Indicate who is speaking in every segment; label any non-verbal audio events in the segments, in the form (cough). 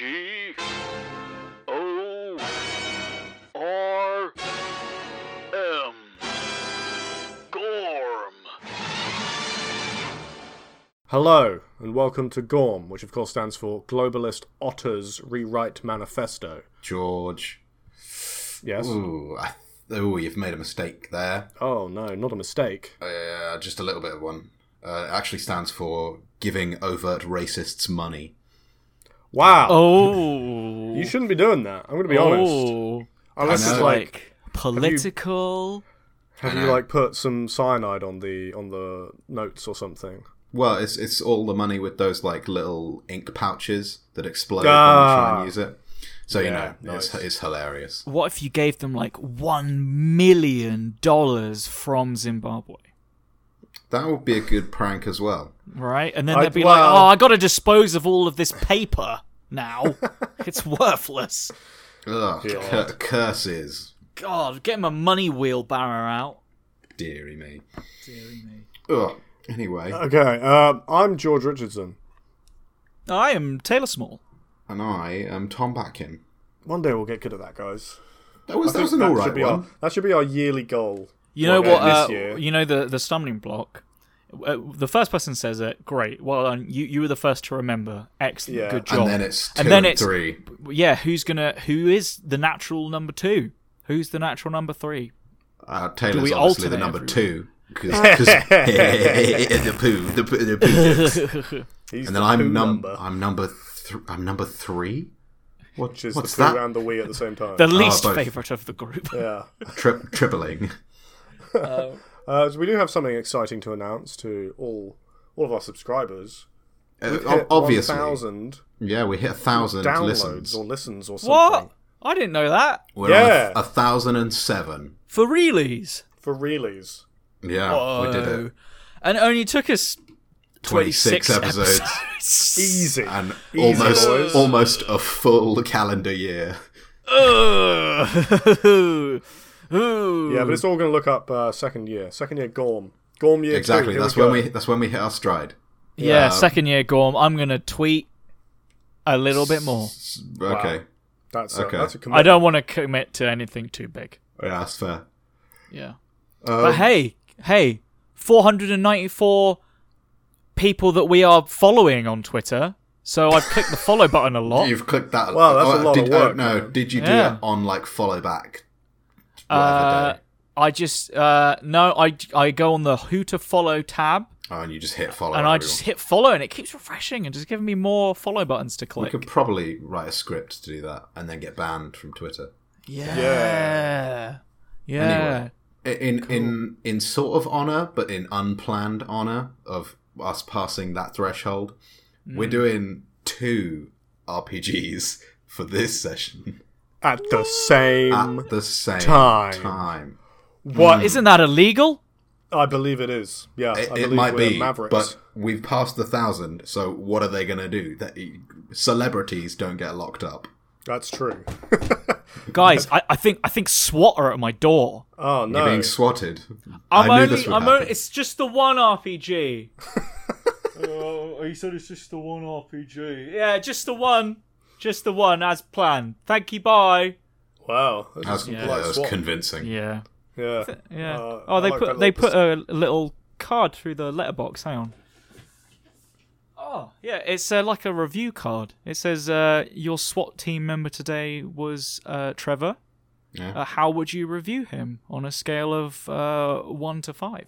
Speaker 1: G O R M. Gorm.
Speaker 2: Hello, and welcome to GORM, which of course stands for Globalist Otters Rewrite Manifesto.
Speaker 3: George.
Speaker 2: Yes?
Speaker 3: Ooh, I th- ooh, you've made a mistake there.
Speaker 2: Oh no, not a mistake.
Speaker 3: Uh, just a little bit of one. Uh, it actually stands for giving overt racists money.
Speaker 2: Wow.
Speaker 4: Oh.
Speaker 2: You shouldn't be doing that, I'm going to be honest.
Speaker 4: Oh.
Speaker 2: Unless it's
Speaker 3: I know. uh-huh.
Speaker 2: like,
Speaker 4: political.
Speaker 2: have
Speaker 3: I
Speaker 2: you
Speaker 3: know.
Speaker 2: like put some cyanide on the on the notes or something?
Speaker 3: Well, it's it's all the money with those like little ink pouches that explode when you
Speaker 2: Ah.
Speaker 3: try and use it. So you
Speaker 2: Yeah,
Speaker 3: know,
Speaker 2: nice.
Speaker 3: it's, it's hilarious.
Speaker 4: What if you gave them like one million dollars from Zimbabwe?
Speaker 3: That would be a good prank as well.
Speaker 4: Right? And then
Speaker 2: I-
Speaker 4: they'd be like,
Speaker 2: well-
Speaker 4: oh, I got to dispose of all of this paper
Speaker 2: (laughs)
Speaker 4: now. it's worthless.
Speaker 3: Ugh, cur- curses,
Speaker 4: God, get him a money wheelbarrow out.
Speaker 3: dearie me.
Speaker 4: Deary me.
Speaker 3: Ugh. Anyway,
Speaker 2: Okay, um, I'm George Richardson.
Speaker 4: I am Taylor Small.
Speaker 3: and I am Tom Batkin.
Speaker 2: One day we'll get good at that, guys.
Speaker 3: That was
Speaker 2: I
Speaker 3: that was
Speaker 2: think
Speaker 3: an
Speaker 2: that
Speaker 3: all
Speaker 2: should
Speaker 3: right
Speaker 2: be
Speaker 3: one.
Speaker 2: Our, that should be our yearly goal.
Speaker 4: You know
Speaker 2: Okay,
Speaker 4: what?
Speaker 2: this
Speaker 4: Uh,
Speaker 2: year.
Speaker 4: you know the the stumbling block. Uh, the first person says it. Great. Well done. You you were the first to remember. Excellent.
Speaker 2: Yeah.
Speaker 4: Good job.
Speaker 3: And then it's two
Speaker 4: And then
Speaker 3: and
Speaker 4: it's-
Speaker 3: three.
Speaker 4: yeah. Who's gonna? Who is the natural number two? Who's the natural number three?
Speaker 3: Uh,
Speaker 4: Do
Speaker 3: Taylor's
Speaker 4: we
Speaker 3: obviously the
Speaker 4: alternate
Speaker 3: number
Speaker 4: every
Speaker 3: two.
Speaker 2: (laughs)
Speaker 3: Cause, 'cause- (laughs) the poo, the poo, the poo.
Speaker 2: He's
Speaker 3: And
Speaker 2: the
Speaker 3: then I'm
Speaker 2: poo
Speaker 3: num-
Speaker 2: number,
Speaker 3: I'm number, th- I'm number three. What,
Speaker 2: which is
Speaker 3: what's
Speaker 2: the poo
Speaker 3: that?
Speaker 2: and the we at the same time.
Speaker 4: The least
Speaker 3: Ah, both.
Speaker 4: favorite of the group.
Speaker 2: yeah.
Speaker 3: Tri- tripling.
Speaker 2: Uh, so we do have something exciting to announce to all all of our subscribers.
Speaker 3: Uh,
Speaker 2: We've
Speaker 3: ob-
Speaker 2: hit
Speaker 3: obviously,
Speaker 2: 1,000
Speaker 3: yeah, we hit a thousand
Speaker 2: downloads
Speaker 3: listens.
Speaker 2: or listens or something.
Speaker 4: (laughs) what? I didn't know that.
Speaker 3: We're on a-
Speaker 2: Yeah.
Speaker 3: a, thousand and seven.
Speaker 4: For realies.
Speaker 2: For realies.
Speaker 3: Yeah, we did
Speaker 4: Whoa.
Speaker 3: it.
Speaker 4: And it only took us
Speaker 3: Twenty six
Speaker 4: 26
Speaker 3: episodes
Speaker 2: Easy.
Speaker 3: and
Speaker 2: Easy,
Speaker 3: almost
Speaker 2: boys.
Speaker 3: almost a full calendar year.
Speaker 2: (laughs)
Speaker 4: (laughs) Ugh. Ooh.
Speaker 2: yeah, but it's all going to look up uh, second year. Second year Gorm. Gorm year two,
Speaker 3: Exactly.
Speaker 2: here
Speaker 3: That's when
Speaker 2: go.
Speaker 3: we that's when we hit our stride.
Speaker 4: Yeah,
Speaker 3: Um,
Speaker 4: second year Gorm. I'm gonna tweet a little bit more.
Speaker 3: S- Okay.
Speaker 2: That's, a,
Speaker 3: Okay.
Speaker 2: that's a
Speaker 4: I
Speaker 2: commitment.
Speaker 4: don't want to commit to anything too big.
Speaker 3: Yeah, that's fair.
Speaker 4: Yeah,
Speaker 3: Um,
Speaker 4: but hey, hey, 494 people that we are following on Twitter. So I've clicked the follow button a lot.
Speaker 3: You've clicked that.
Speaker 2: Oh. Wow, that's a lot of
Speaker 3: did, oh,
Speaker 2: work,
Speaker 3: no,
Speaker 2: man.
Speaker 3: did you do
Speaker 4: Yeah.
Speaker 3: it on like follow back? Whatever
Speaker 4: Uh,
Speaker 3: day.
Speaker 4: I just uh, no, I I go on the who to follow tab
Speaker 3: Oh, and you just hit follow.
Speaker 4: and I
Speaker 3: everyone.
Speaker 4: just hit follow, and it keeps refreshing and just giving me more follow buttons to
Speaker 3: We
Speaker 4: click.
Speaker 3: could probably write a script to do that and then get banned from Twitter.
Speaker 4: Yeah,
Speaker 2: Yeah.
Speaker 4: yeah.
Speaker 3: Anyway. I- In in in sort of honor, but in unplanned honor of us passing that threshold, we're
Speaker 4: Mm.
Speaker 3: doing two RPGs for this session (laughs)
Speaker 2: At the same.
Speaker 3: at the same
Speaker 2: Time.
Speaker 3: time.
Speaker 4: What isn't that
Speaker 3: (laughs)
Speaker 4: illegal?
Speaker 2: I believe it is. Yeah, I
Speaker 3: hmm. It,
Speaker 2: believe
Speaker 3: it might
Speaker 2: we're
Speaker 3: be,
Speaker 2: Mavericks.
Speaker 3: but we've passed the thousand. So what are they going to do? That celebrities don't get locked up.
Speaker 2: That's true. (laughs)
Speaker 4: Guys, I, I think I think SWAT are at my door.
Speaker 2: Oh, no.
Speaker 3: You're being swatted.
Speaker 4: I'm
Speaker 3: I knew
Speaker 4: only,
Speaker 3: this would
Speaker 4: I'm
Speaker 3: happen.
Speaker 4: only, it's just the one RPG.
Speaker 5: (laughs) Oh, he said it's just the one RPG.
Speaker 4: Yeah, just the one, just the one as planned. Thank you, bye.
Speaker 2: Wow. That's
Speaker 3: That's,
Speaker 2: just
Speaker 3: yeah,
Speaker 2: like
Speaker 3: that was
Speaker 2: swap.
Speaker 3: convincing.
Speaker 4: Yeah,
Speaker 2: yeah.
Speaker 4: yeah.
Speaker 2: Uh, I
Speaker 4: oh, they
Speaker 2: like that
Speaker 4: put they
Speaker 2: little
Speaker 4: put a little card through the letterbox. Hang on. Oh yeah, it's uh, like a review card. It says uh, your SWAT team member today was uh, Trevor.
Speaker 3: Yeah.
Speaker 4: Uh, how would you review him on a scale of uh, one to five?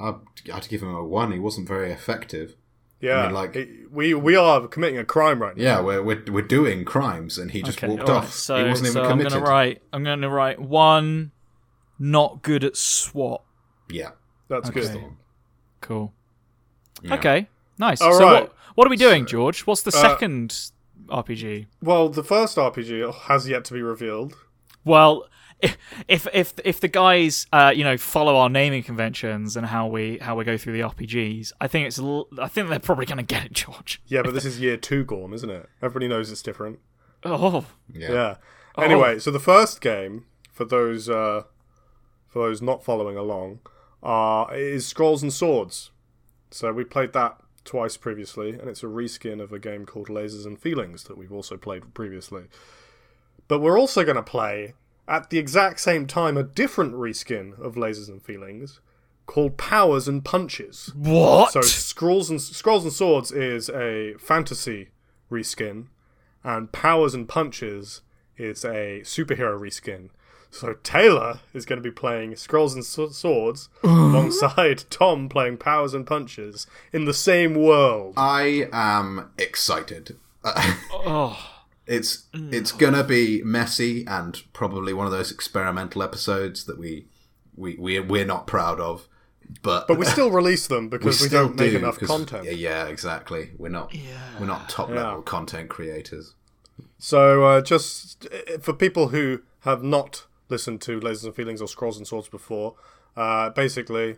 Speaker 3: I'd, I'd give him a one. He wasn't very effective.
Speaker 2: Yeah.
Speaker 3: I mean, like-
Speaker 2: It- we, we are committing a crime right now.
Speaker 3: Yeah, we're we're, we're doing crimes, and he just walked
Speaker 4: all
Speaker 3: off.
Speaker 4: right, So,
Speaker 3: he wasn't
Speaker 4: so
Speaker 3: even
Speaker 4: I'm
Speaker 3: committed.
Speaker 4: gonna write. I'm gonna write one. Not good at SWAT.
Speaker 3: Yeah,
Speaker 2: That's good.
Speaker 4: Okay. Cool.
Speaker 3: Yeah.
Speaker 4: Okay. Nice.
Speaker 2: All
Speaker 4: so
Speaker 2: right. uh,
Speaker 4: what, what are we doing, George? What's the second RPG?
Speaker 2: Well, the first RPG has yet to be revealed.
Speaker 4: Well, i- if if if the guys uh, you know follow our naming conventions and how we how we go through the RPGs, I think it's l- I think they're probably gonna get it, (laughs) George.
Speaker 2: Yeah, but this is year two Gorm, isn't it? Everybody knows it's different.
Speaker 4: Oh,
Speaker 3: yeah.
Speaker 2: Yeah. Anyway, so the first game for those uh, for those not following along uh, is Scrolls and Swords. So we played that twice previously, and it's a reskin of a game called Lasers and Feelings that we've also played previously. But we're also going to play at the exact same time a different reskin of Lasers and Feelings called Powers and Punches.
Speaker 4: What?
Speaker 2: So Scrolls and Scrolls and Swords is a fantasy reskin, and Powers and Punches is a superhero reskin. So Taylor is going to be playing Scrolls and Sw- Swords alongside Tom playing Powers and Punches in the same world.
Speaker 3: I am excited. (laughs) Uh,
Speaker 4: oh.
Speaker 3: it's it's gonna be messy and probably one of those experimental episodes that we we we we're not proud of, but
Speaker 2: But we still release them
Speaker 3: we
Speaker 2: because we,
Speaker 3: still
Speaker 2: don't make
Speaker 3: do,
Speaker 2: enough
Speaker 3: 'cause-
Speaker 2: content.
Speaker 3: Yeah, yeah, exactly. We're not we're not top level content creators.
Speaker 2: So, uh, just uh, for people who have not listened to Lasers and Feelings or Scrolls and Swords before, uh, basically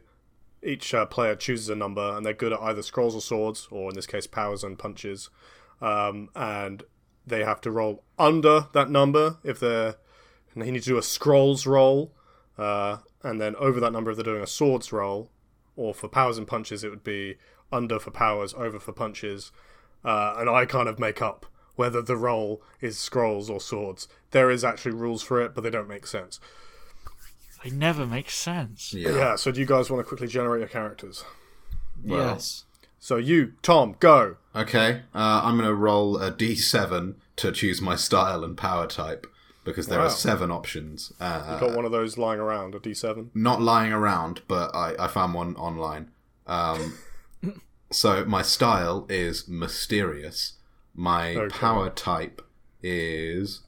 Speaker 2: each uh, player chooses a number and they're good at either scrolls or swords, or in this case, powers and punches. Um, and they have to roll under that number if they're. And he needs to do a scrolls roll, uh, and then over that number if they're doing a swords roll. Or for powers and punches, it would be under for powers, over for punches uh, and I kind of make up whether the role is scrolls or swords. There is actually rules for it, but they don't make sense.
Speaker 4: They never make sense.
Speaker 3: Yeah.
Speaker 2: Yeah. So do you guys want to quickly generate your characters?
Speaker 3: Well,
Speaker 4: Yes.
Speaker 2: So you, Tom, go.
Speaker 3: Okay. Uh, I'm gonna roll a d7 to choose my style and power type because there
Speaker 2: Wow.
Speaker 3: are seven options. Uh,
Speaker 2: Got one of those lying around, a D7.
Speaker 3: not lying around, but I, I found one online. Um, so my style is mysterious. My
Speaker 2: Okay.
Speaker 3: power type is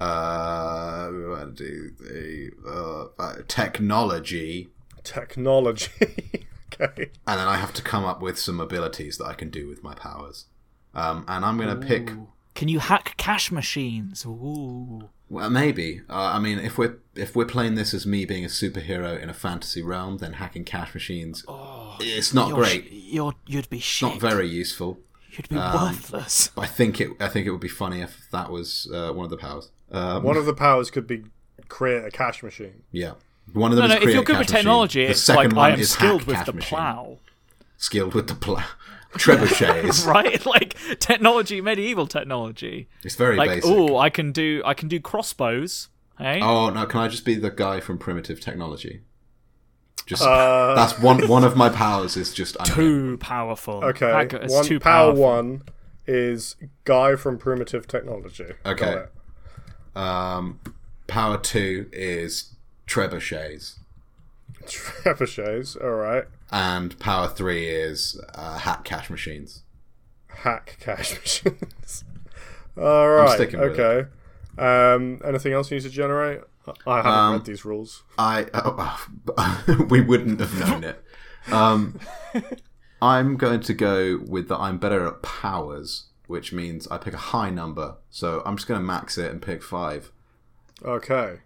Speaker 3: uh, what do the- uh, uh, technology,
Speaker 2: Technology. (laughs) okay.
Speaker 3: and then I have to come up with some abilities that I can do with my powers. Um, and I'm gonna pick
Speaker 4: Can you hack cash machines? Ooh.
Speaker 3: Well, maybe. Uh, I mean, if we're if we're playing this as me being a superhero in a fantasy realm, then hacking cash machines,
Speaker 4: Oh,
Speaker 3: it's not
Speaker 4: You're sh-
Speaker 3: great.
Speaker 4: You're you'd be shit.
Speaker 3: not very um, useful.
Speaker 4: You'd be worthless.
Speaker 3: I think it. I think it would be funny if that was uh, one of the powers. Um,
Speaker 2: One of the powers could be create a cash machine.
Speaker 3: yeah, one of
Speaker 4: No,
Speaker 3: them.
Speaker 4: no.
Speaker 3: is
Speaker 4: If
Speaker 3: create
Speaker 4: you're
Speaker 3: a
Speaker 4: good
Speaker 3: cash
Speaker 4: with technology,
Speaker 3: machine. The
Speaker 4: it's
Speaker 3: second
Speaker 4: like
Speaker 3: one
Speaker 4: I am
Speaker 3: is hack
Speaker 4: skilled with
Speaker 3: cash
Speaker 4: the
Speaker 3: machine.
Speaker 4: plow, (laughs)
Speaker 3: Skilled with the plow. (laughs) Trebuchets.
Speaker 4: right? Like technology, medieval technology.
Speaker 3: It's very
Speaker 4: Like,
Speaker 3: basic.
Speaker 4: ooh, I can do, I can do crossbows. Hey,
Speaker 3: Oh no! Can I just be the guy from Primitive Technology? Just
Speaker 2: Uh. (laughs)
Speaker 3: that's one. One of my powers is just I'm
Speaker 4: too powerful.
Speaker 2: Okay.
Speaker 4: That go- it's
Speaker 2: one
Speaker 4: too
Speaker 2: power
Speaker 4: powerful.
Speaker 2: one is guy from primitive technology. Got
Speaker 3: Okay.
Speaker 2: it. (laughs)
Speaker 3: Um, power two is trebuchets,
Speaker 2: Trebuchets. All right.
Speaker 3: and power three is uh, hack cash machines.
Speaker 2: hack cash (laughs) machines. All right.
Speaker 3: sticking with
Speaker 2: okay. Um, anything else you need to generate? I- I haven't
Speaker 3: Um,
Speaker 2: read these rules.
Speaker 3: I oh, (laughs) we wouldn't have known it. Um, I'm going to go with that. I'm better at powers, which means I pick a high number. So I'm just going to max it and pick five.
Speaker 2: Okay.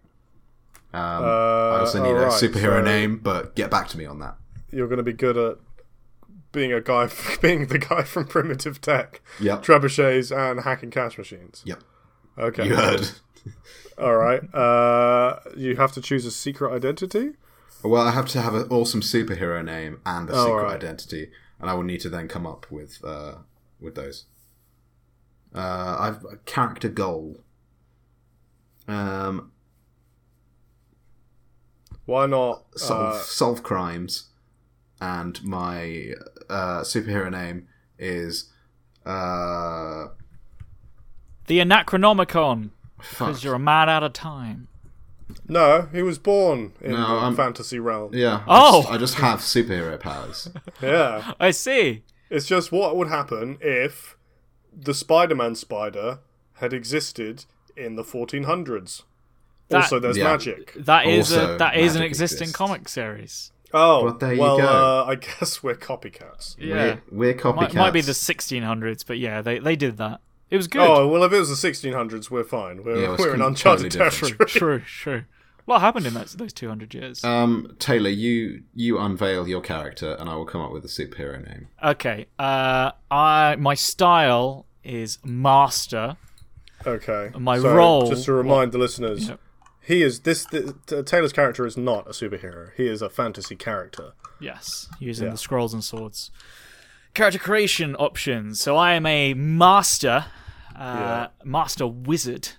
Speaker 3: Um,
Speaker 2: Uh,
Speaker 3: I also need a
Speaker 2: alright,
Speaker 3: superhero
Speaker 2: so-
Speaker 3: name, but get back to me on that.
Speaker 2: You're going to be good at being a guy, (laughs) being the guy from primitive tech,
Speaker 3: Yep.
Speaker 2: trebuchets, and hacking cash machines.
Speaker 3: yep.
Speaker 2: Okay.
Speaker 3: You heard.
Speaker 2: All right. Uh, you have to choose a secret identity.
Speaker 3: Well, I have to have an awesome superhero name and a
Speaker 2: Oh,
Speaker 3: secret
Speaker 2: alright.
Speaker 3: identity, and I will need to then come up with uh, with those. Uh, I've a character goal. Um,
Speaker 2: Why not?
Speaker 3: solve
Speaker 2: uh,
Speaker 3: solve crimes, and my uh, superhero name is uh,
Speaker 4: The Anachronomicon,
Speaker 3: fuck.
Speaker 4: because you're a man out of time.
Speaker 2: no, he was born in
Speaker 3: No,
Speaker 2: the
Speaker 3: I'm-
Speaker 2: fantasy realm.
Speaker 3: yeah.
Speaker 4: Oh!
Speaker 3: I just, I just have superhero
Speaker 4: (laughs)
Speaker 3: powers.
Speaker 2: yeah.
Speaker 4: I see.
Speaker 2: It's just what would happen if the Spider-Man spider had existed in the 1400s.
Speaker 4: That-
Speaker 2: also, there's
Speaker 3: Yeah.
Speaker 2: magic.
Speaker 4: That is
Speaker 3: Also,
Speaker 4: a that is an
Speaker 3: magic
Speaker 4: existing
Speaker 3: exists.
Speaker 4: comic series.
Speaker 2: Oh,
Speaker 3: Well, there you
Speaker 2: well,
Speaker 3: go.
Speaker 2: Uh, I (laughs) guess we're copycats.
Speaker 4: Yeah,
Speaker 3: We're, we're copycats.
Speaker 4: might, might be the 1600s, but yeah, they they did that. It was good.
Speaker 2: Oh well, if it was the 1600s, we're fine. We're,
Speaker 3: Yeah, it was
Speaker 2: we're in
Speaker 3: com-
Speaker 2: uncharted
Speaker 3: totally
Speaker 2: territory.
Speaker 4: true, true, true. A lot happened in those those 200 years.
Speaker 3: Um, Taylor, you you unveil your character, and I will come up with a superhero name.
Speaker 4: okay, uh, I my style is master.
Speaker 2: (laughs) Okay.
Speaker 4: My
Speaker 2: so,
Speaker 4: role-
Speaker 2: Just to remind the listeners,
Speaker 4: Yep.
Speaker 2: he is this. Th- t- Taylor's character is not a superhero. He is a fantasy character.
Speaker 4: Yes, using the scrolls and swords. character creation options. So I am a master, uh, master wizard,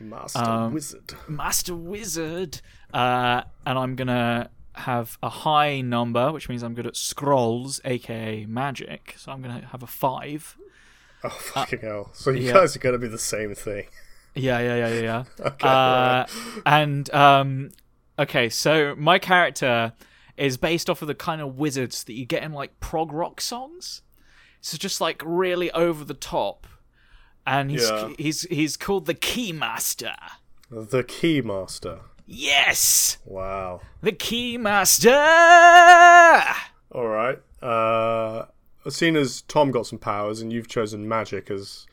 Speaker 2: Master
Speaker 4: Um, (laughs)
Speaker 2: Wizard.
Speaker 4: master wizard, uh, and I'm gonna have a high number, which means I'm good at scrolls, aka magic. So I'm gonna have a five.
Speaker 2: Oh, fucking hell. So you
Speaker 4: yeah.
Speaker 2: guys are going to be the same thing.
Speaker 4: Yeah, yeah, yeah, yeah, yeah.
Speaker 2: (laughs) Okay.
Speaker 4: uh, and um, okay, so my character is based off of the kind of wizards that you get in like prog rock songs. So just like really over the top, and he's
Speaker 2: Yeah.
Speaker 4: he's he's called the Keymaster.
Speaker 2: the Keymaster.
Speaker 4: Yes,
Speaker 2: Wow.
Speaker 4: the Keymaster.
Speaker 2: All right. Uh, seeing as Tom got some powers and you've chosen magic as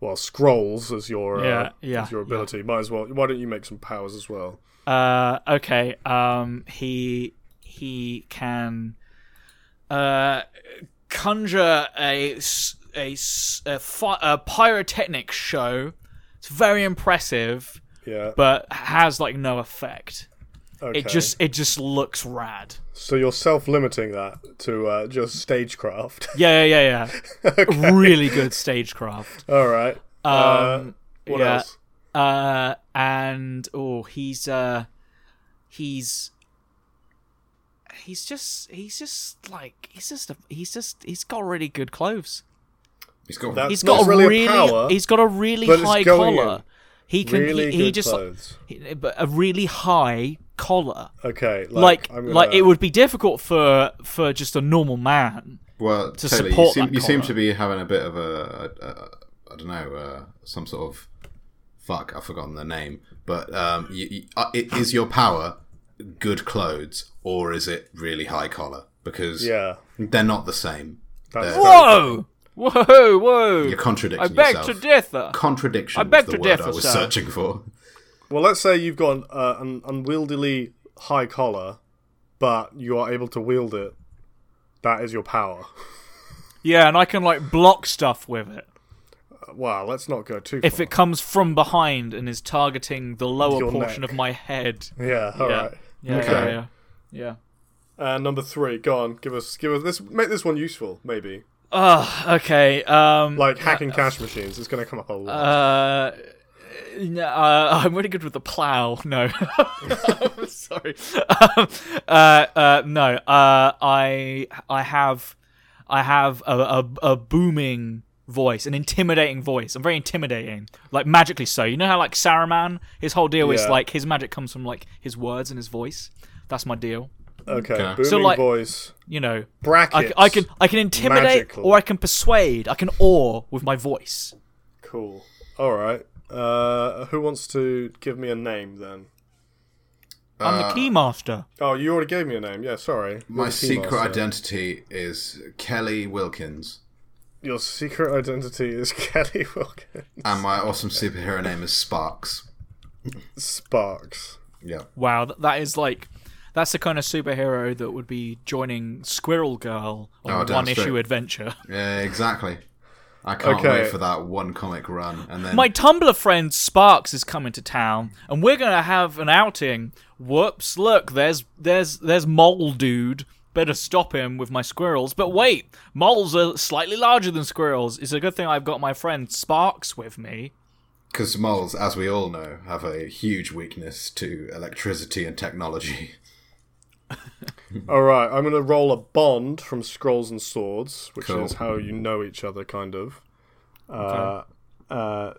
Speaker 2: well, scrolls as your uh,
Speaker 4: Yeah, yeah,
Speaker 2: as your
Speaker 4: yeah.
Speaker 2: ability. Might as well. Why don't you make some powers as well?
Speaker 4: Uh, okay. Um, he he can uh, conjure a s- a, s- a, fi- a pyrotechnic show. It's very impressive,
Speaker 2: Yeah.
Speaker 4: but has like no effect.
Speaker 2: okay.
Speaker 4: It just it just looks rad.
Speaker 2: so you're self-limiting that to uh, just stagecraft. (laughs)
Speaker 4: Yeah, yeah, yeah, yeah. Really good stagecraft.
Speaker 2: All right.
Speaker 4: Um,
Speaker 2: uh, what
Speaker 4: yeah.
Speaker 2: else?
Speaker 4: uh and oh he's uh he's he's just he's just like he's just a, he's just he's got really good clothes
Speaker 3: He's got
Speaker 2: That's
Speaker 4: He's
Speaker 2: not
Speaker 4: got a
Speaker 2: really
Speaker 4: really,
Speaker 2: a power,
Speaker 4: he's got a really
Speaker 2: but it's
Speaker 4: high
Speaker 2: going in.
Speaker 4: collar he can
Speaker 2: Really
Speaker 4: he, he
Speaker 2: good
Speaker 4: just
Speaker 2: clothes.
Speaker 4: he- but a really high collar
Speaker 2: Okay.
Speaker 4: like
Speaker 2: Like
Speaker 4: like,
Speaker 2: I'm gonna-
Speaker 4: it would be difficult for for just a normal man
Speaker 3: well.
Speaker 4: to
Speaker 3: Taylor, you
Speaker 4: support
Speaker 3: seem,
Speaker 4: that
Speaker 3: you seem
Speaker 4: collar.
Speaker 3: to be having a bit of a, a, a I don't know, uh, some sort of fuck. I've forgotten the name, but um, you, you, uh, it, is your power good clothes or is it really high collar? Because
Speaker 2: Yeah.
Speaker 3: they're not the same.
Speaker 2: That's
Speaker 3: They're-
Speaker 2: very-
Speaker 4: whoa whoa whoa
Speaker 3: You're contradicting
Speaker 4: i beg
Speaker 3: yourself.
Speaker 4: to differ
Speaker 3: Contradiction.
Speaker 4: I beg
Speaker 3: was the
Speaker 4: to
Speaker 3: word
Speaker 4: differ,
Speaker 3: I was
Speaker 4: sir.
Speaker 3: searching for.
Speaker 2: Well, let's say you've got an, uh, an unwieldily high collar, but you are able to wield it. That is your power.
Speaker 4: yeah and i can like block stuff with it
Speaker 2: Wow, let's not go too
Speaker 4: if
Speaker 2: far.
Speaker 4: it comes from behind and is targeting the lower
Speaker 2: Your
Speaker 4: portion
Speaker 2: neck.
Speaker 4: of my head.
Speaker 2: yeah, all right.
Speaker 4: yeah. Yeah,
Speaker 3: Okay.
Speaker 4: yeah, yeah, yeah.
Speaker 2: Uh, number three, go on. Give us, give us this. Make this one useful, maybe.
Speaker 4: Oh, okay. Um,
Speaker 2: Like hacking cash machines is going to come up a lot.
Speaker 4: uh, n- uh, (laughs) I'm really good with the plow. No, (laughs) I'm sorry. Um, uh, uh, no, uh, I, I have, I have a, a, a booming voice, an intimidating voice. I'm very intimidating, like magically so. You know how like Saruman, his whole deal is
Speaker 2: Yeah.
Speaker 4: like his magic comes from like his words and his voice. That's my deal.
Speaker 2: okay,
Speaker 3: okay.
Speaker 2: booming
Speaker 4: Um, So, like-
Speaker 2: voice
Speaker 4: You know, I,
Speaker 2: brackets.
Speaker 4: I can I can intimidate
Speaker 2: Magical.
Speaker 4: or I can persuade. I can awe with my voice.
Speaker 2: Cool. All right. Uh, who wants to give me a name then?
Speaker 4: I'm
Speaker 2: Uh,
Speaker 4: the keymaster.
Speaker 2: Oh, you already gave me a name. Yeah, sorry.
Speaker 3: My
Speaker 2: You're the
Speaker 3: secret
Speaker 2: keymaster.
Speaker 3: identity is Kelly Wilkins,
Speaker 2: Your secret identity is (laughs) Kelly Wilkins.
Speaker 3: and my awesome superhero name is Sparks.
Speaker 2: Sparks.
Speaker 3: Yeah.
Speaker 4: Wow, that, that is like that's the kind of superhero that would be joining Squirrel Girl on
Speaker 3: Oh,
Speaker 4: a
Speaker 3: damn
Speaker 4: one issue
Speaker 3: straight.
Speaker 4: adventure.
Speaker 3: Yeah, exactly. I can't
Speaker 2: Okay.
Speaker 3: wait for that one comic run, and then
Speaker 4: My Tumblr friend Sparks is coming to town, and we're gonna have an outing. Whoops! Look, there's there's there's Mole Dude. Better stop him with my squirrels. But wait, moles are slightly larger than squirrels. It's a good thing I've got my friend Sparks with me.
Speaker 3: because moles, as we all know, have a huge weakness to electricity and technology. (laughs)
Speaker 2: All right, I'm going to roll a bond from Scrolls and Swords, which
Speaker 3: Cool.
Speaker 2: is how you know each other, kind of. Uh, uh,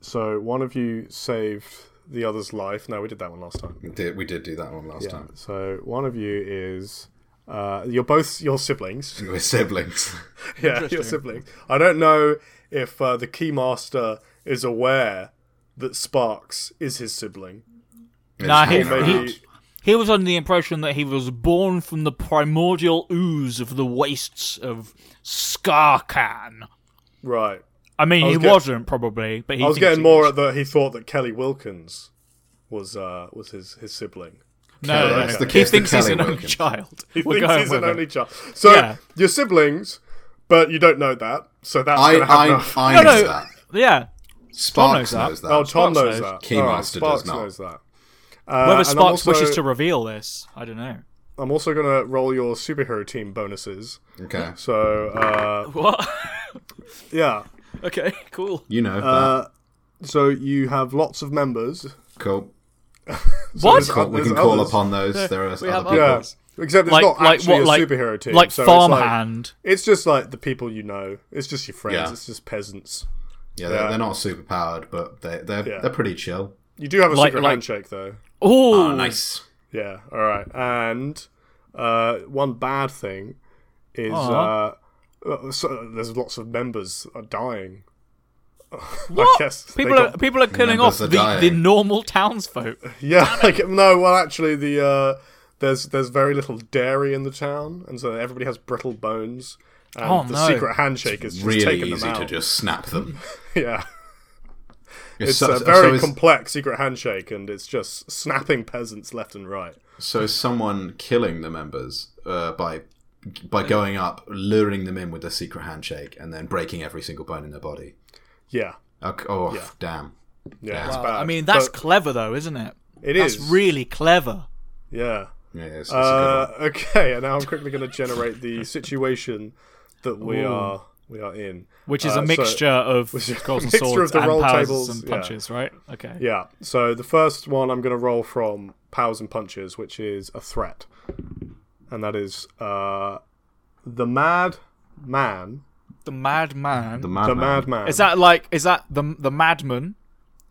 Speaker 2: so one of you saved the other's life. No, we did that one last time.
Speaker 3: We did, we did do that one last time.
Speaker 2: So one of you is. Uh, you're both your siblings. (laughs)
Speaker 3: We're siblings.
Speaker 2: yeah, your siblings. I don't know if uh, the Keymaster is aware that Sparks is his sibling.
Speaker 4: Nah, he-
Speaker 3: It's
Speaker 2: (laughs)
Speaker 3: hanging
Speaker 2: Maybe
Speaker 3: around.
Speaker 4: He was under the impression that he was born from the primordial ooze of the wastes of Skarkan.
Speaker 2: right.
Speaker 4: I mean,
Speaker 2: was
Speaker 4: he
Speaker 2: get-
Speaker 4: wasn't probably, but he
Speaker 2: I was
Speaker 4: thinks
Speaker 2: getting
Speaker 4: he
Speaker 2: more
Speaker 4: was.
Speaker 2: at that he thought that Kelly Wilkins was uh, was his his sibling.
Speaker 4: No, no, no,
Speaker 3: That's
Speaker 4: no.
Speaker 3: the-
Speaker 4: he
Speaker 3: that's the
Speaker 4: thinks he's
Speaker 3: Kelly
Speaker 4: an only
Speaker 3: Wilkins.
Speaker 4: child.
Speaker 2: (laughs) He
Speaker 4: We're
Speaker 2: thinks
Speaker 4: going
Speaker 2: he's
Speaker 4: with
Speaker 2: an
Speaker 4: it.
Speaker 2: only child. So
Speaker 4: Yeah.
Speaker 2: your siblings, but you don't know that. So that's
Speaker 3: I,
Speaker 2: gonna have (laughs) no-
Speaker 3: I, I
Speaker 4: No,
Speaker 3: know
Speaker 4: no.
Speaker 3: that.
Speaker 2: Uh,
Speaker 4: Yeah,
Speaker 3: Sparks
Speaker 4: that.
Speaker 3: knows that.
Speaker 2: Oh,
Speaker 4: Sparks
Speaker 2: Tom
Speaker 4: knows.
Speaker 2: knows that.
Speaker 3: Keymaster
Speaker 2: All right,
Speaker 3: does
Speaker 2: Sparks
Speaker 3: not.
Speaker 2: knows that.
Speaker 4: whether
Speaker 2: Uh, and I'm
Speaker 4: Sparks
Speaker 2: also-
Speaker 4: wishes to reveal this, I don't know.
Speaker 2: I'm also gonna roll your superhero team bonuses.
Speaker 3: Okay.
Speaker 2: So uh,
Speaker 4: What? (laughs)
Speaker 2: yeah,
Speaker 4: okay, cool.
Speaker 3: You know. that.
Speaker 2: uh, so you have lots of members.
Speaker 3: Cool.
Speaker 2: So
Speaker 4: What?
Speaker 2: there's
Speaker 3: Cool.
Speaker 2: oth-
Speaker 3: We can
Speaker 2: there's
Speaker 3: call
Speaker 2: others.
Speaker 3: upon those. There are
Speaker 4: we have
Speaker 3: other people.
Speaker 2: Yeah,
Speaker 4: others.
Speaker 2: except it's
Speaker 4: Like-
Speaker 2: not
Speaker 4: like
Speaker 2: actually
Speaker 4: what, like-
Speaker 2: a superhero team.
Speaker 4: Like
Speaker 2: so it's
Speaker 4: farmhand.
Speaker 2: It's just like the people you know. It's just your friends.
Speaker 3: Yeah.
Speaker 2: It's just peasants.
Speaker 3: Yeah, they're,
Speaker 2: Yeah.
Speaker 3: they're not super powered, but they they're
Speaker 2: Yeah.
Speaker 3: they're pretty chill.
Speaker 2: You do have a
Speaker 4: Like-
Speaker 2: secret
Speaker 4: like-
Speaker 2: handshake though.
Speaker 4: oh,
Speaker 2: Ah,
Speaker 3: nice.
Speaker 2: Yeah. All right. And uh, one bad thing is uh,
Speaker 4: Aw.
Speaker 2: uh, so there's lots of members are dying. (laughs)
Speaker 4: What?
Speaker 2: I guess they
Speaker 4: people
Speaker 2: got-
Speaker 4: are people are killing off
Speaker 3: Members
Speaker 4: the,
Speaker 3: are
Speaker 4: the
Speaker 3: dying.
Speaker 4: normal townsfolk.
Speaker 2: Yeah, like no. Well, actually, the uh, there's there's very little dairy in the town, and so everybody has brittle bones. And
Speaker 4: Oh,
Speaker 2: the
Speaker 4: no.
Speaker 2: secret handshake is just
Speaker 3: Really
Speaker 2: taking them
Speaker 3: easy
Speaker 2: out.
Speaker 3: to just snap them.
Speaker 2: (laughs) Yeah,
Speaker 3: (laughs)
Speaker 2: it's
Speaker 3: so,
Speaker 2: a very
Speaker 3: so is,
Speaker 2: complex secret handshake, and it's just snapping peasants left and right.
Speaker 3: so is someone killing the members uh, by by going up, luring them in with a secret handshake, and then breaking every single bone in their body.
Speaker 2: Yeah,
Speaker 3: Oh, oh
Speaker 2: Yeah.
Speaker 3: damn.
Speaker 2: yeah,
Speaker 3: Wow.
Speaker 2: it's bad.
Speaker 4: I mean, that's
Speaker 2: but
Speaker 4: clever though, isn't it?
Speaker 2: it
Speaker 4: That's
Speaker 2: is
Speaker 4: really clever.
Speaker 2: yeah.
Speaker 3: Yeah, it's, it's
Speaker 2: Uh, okay, and now I'm quickly going to generate the situation that we
Speaker 4: Ooh.
Speaker 2: are we are in,
Speaker 4: Which is
Speaker 2: Uh,
Speaker 4: a
Speaker 2: so-
Speaker 4: mixture of
Speaker 2: (laughs) which is a
Speaker 4: scrolls and
Speaker 2: mixture
Speaker 4: swords
Speaker 2: of the
Speaker 4: and
Speaker 2: roll
Speaker 4: powers
Speaker 2: tables,
Speaker 4: and
Speaker 2: yeah.
Speaker 4: punches, right? Okay.
Speaker 2: Yeah. So the first one I'm going to roll from powers and punches, which is a threat, and that is uh, the mad man,
Speaker 4: The madman.
Speaker 3: the
Speaker 2: the
Speaker 3: madman.
Speaker 2: mad man.
Speaker 4: Is that like is that the the madman,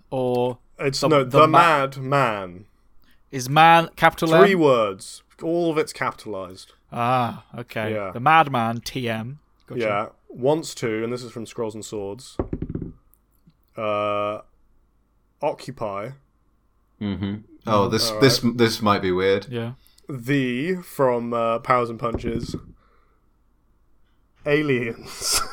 Speaker 4: or
Speaker 2: It's
Speaker 4: the-
Speaker 2: no
Speaker 4: the
Speaker 2: the,
Speaker 4: ma-
Speaker 2: mad man.
Speaker 4: is man capital M?
Speaker 2: Three words. All of it's capitalized.
Speaker 4: Ah, okay.
Speaker 2: Yeah.
Speaker 4: The madman TM. Gotcha.
Speaker 2: Yeah. Wants to, and this is from Scrolls and Swords. Uh, occupy
Speaker 3: hmm
Speaker 4: Mm-hmm.
Speaker 3: Oh, this this this might be weird.
Speaker 4: Yeah.
Speaker 2: the from uh, powers and punches. Aliens. (laughs)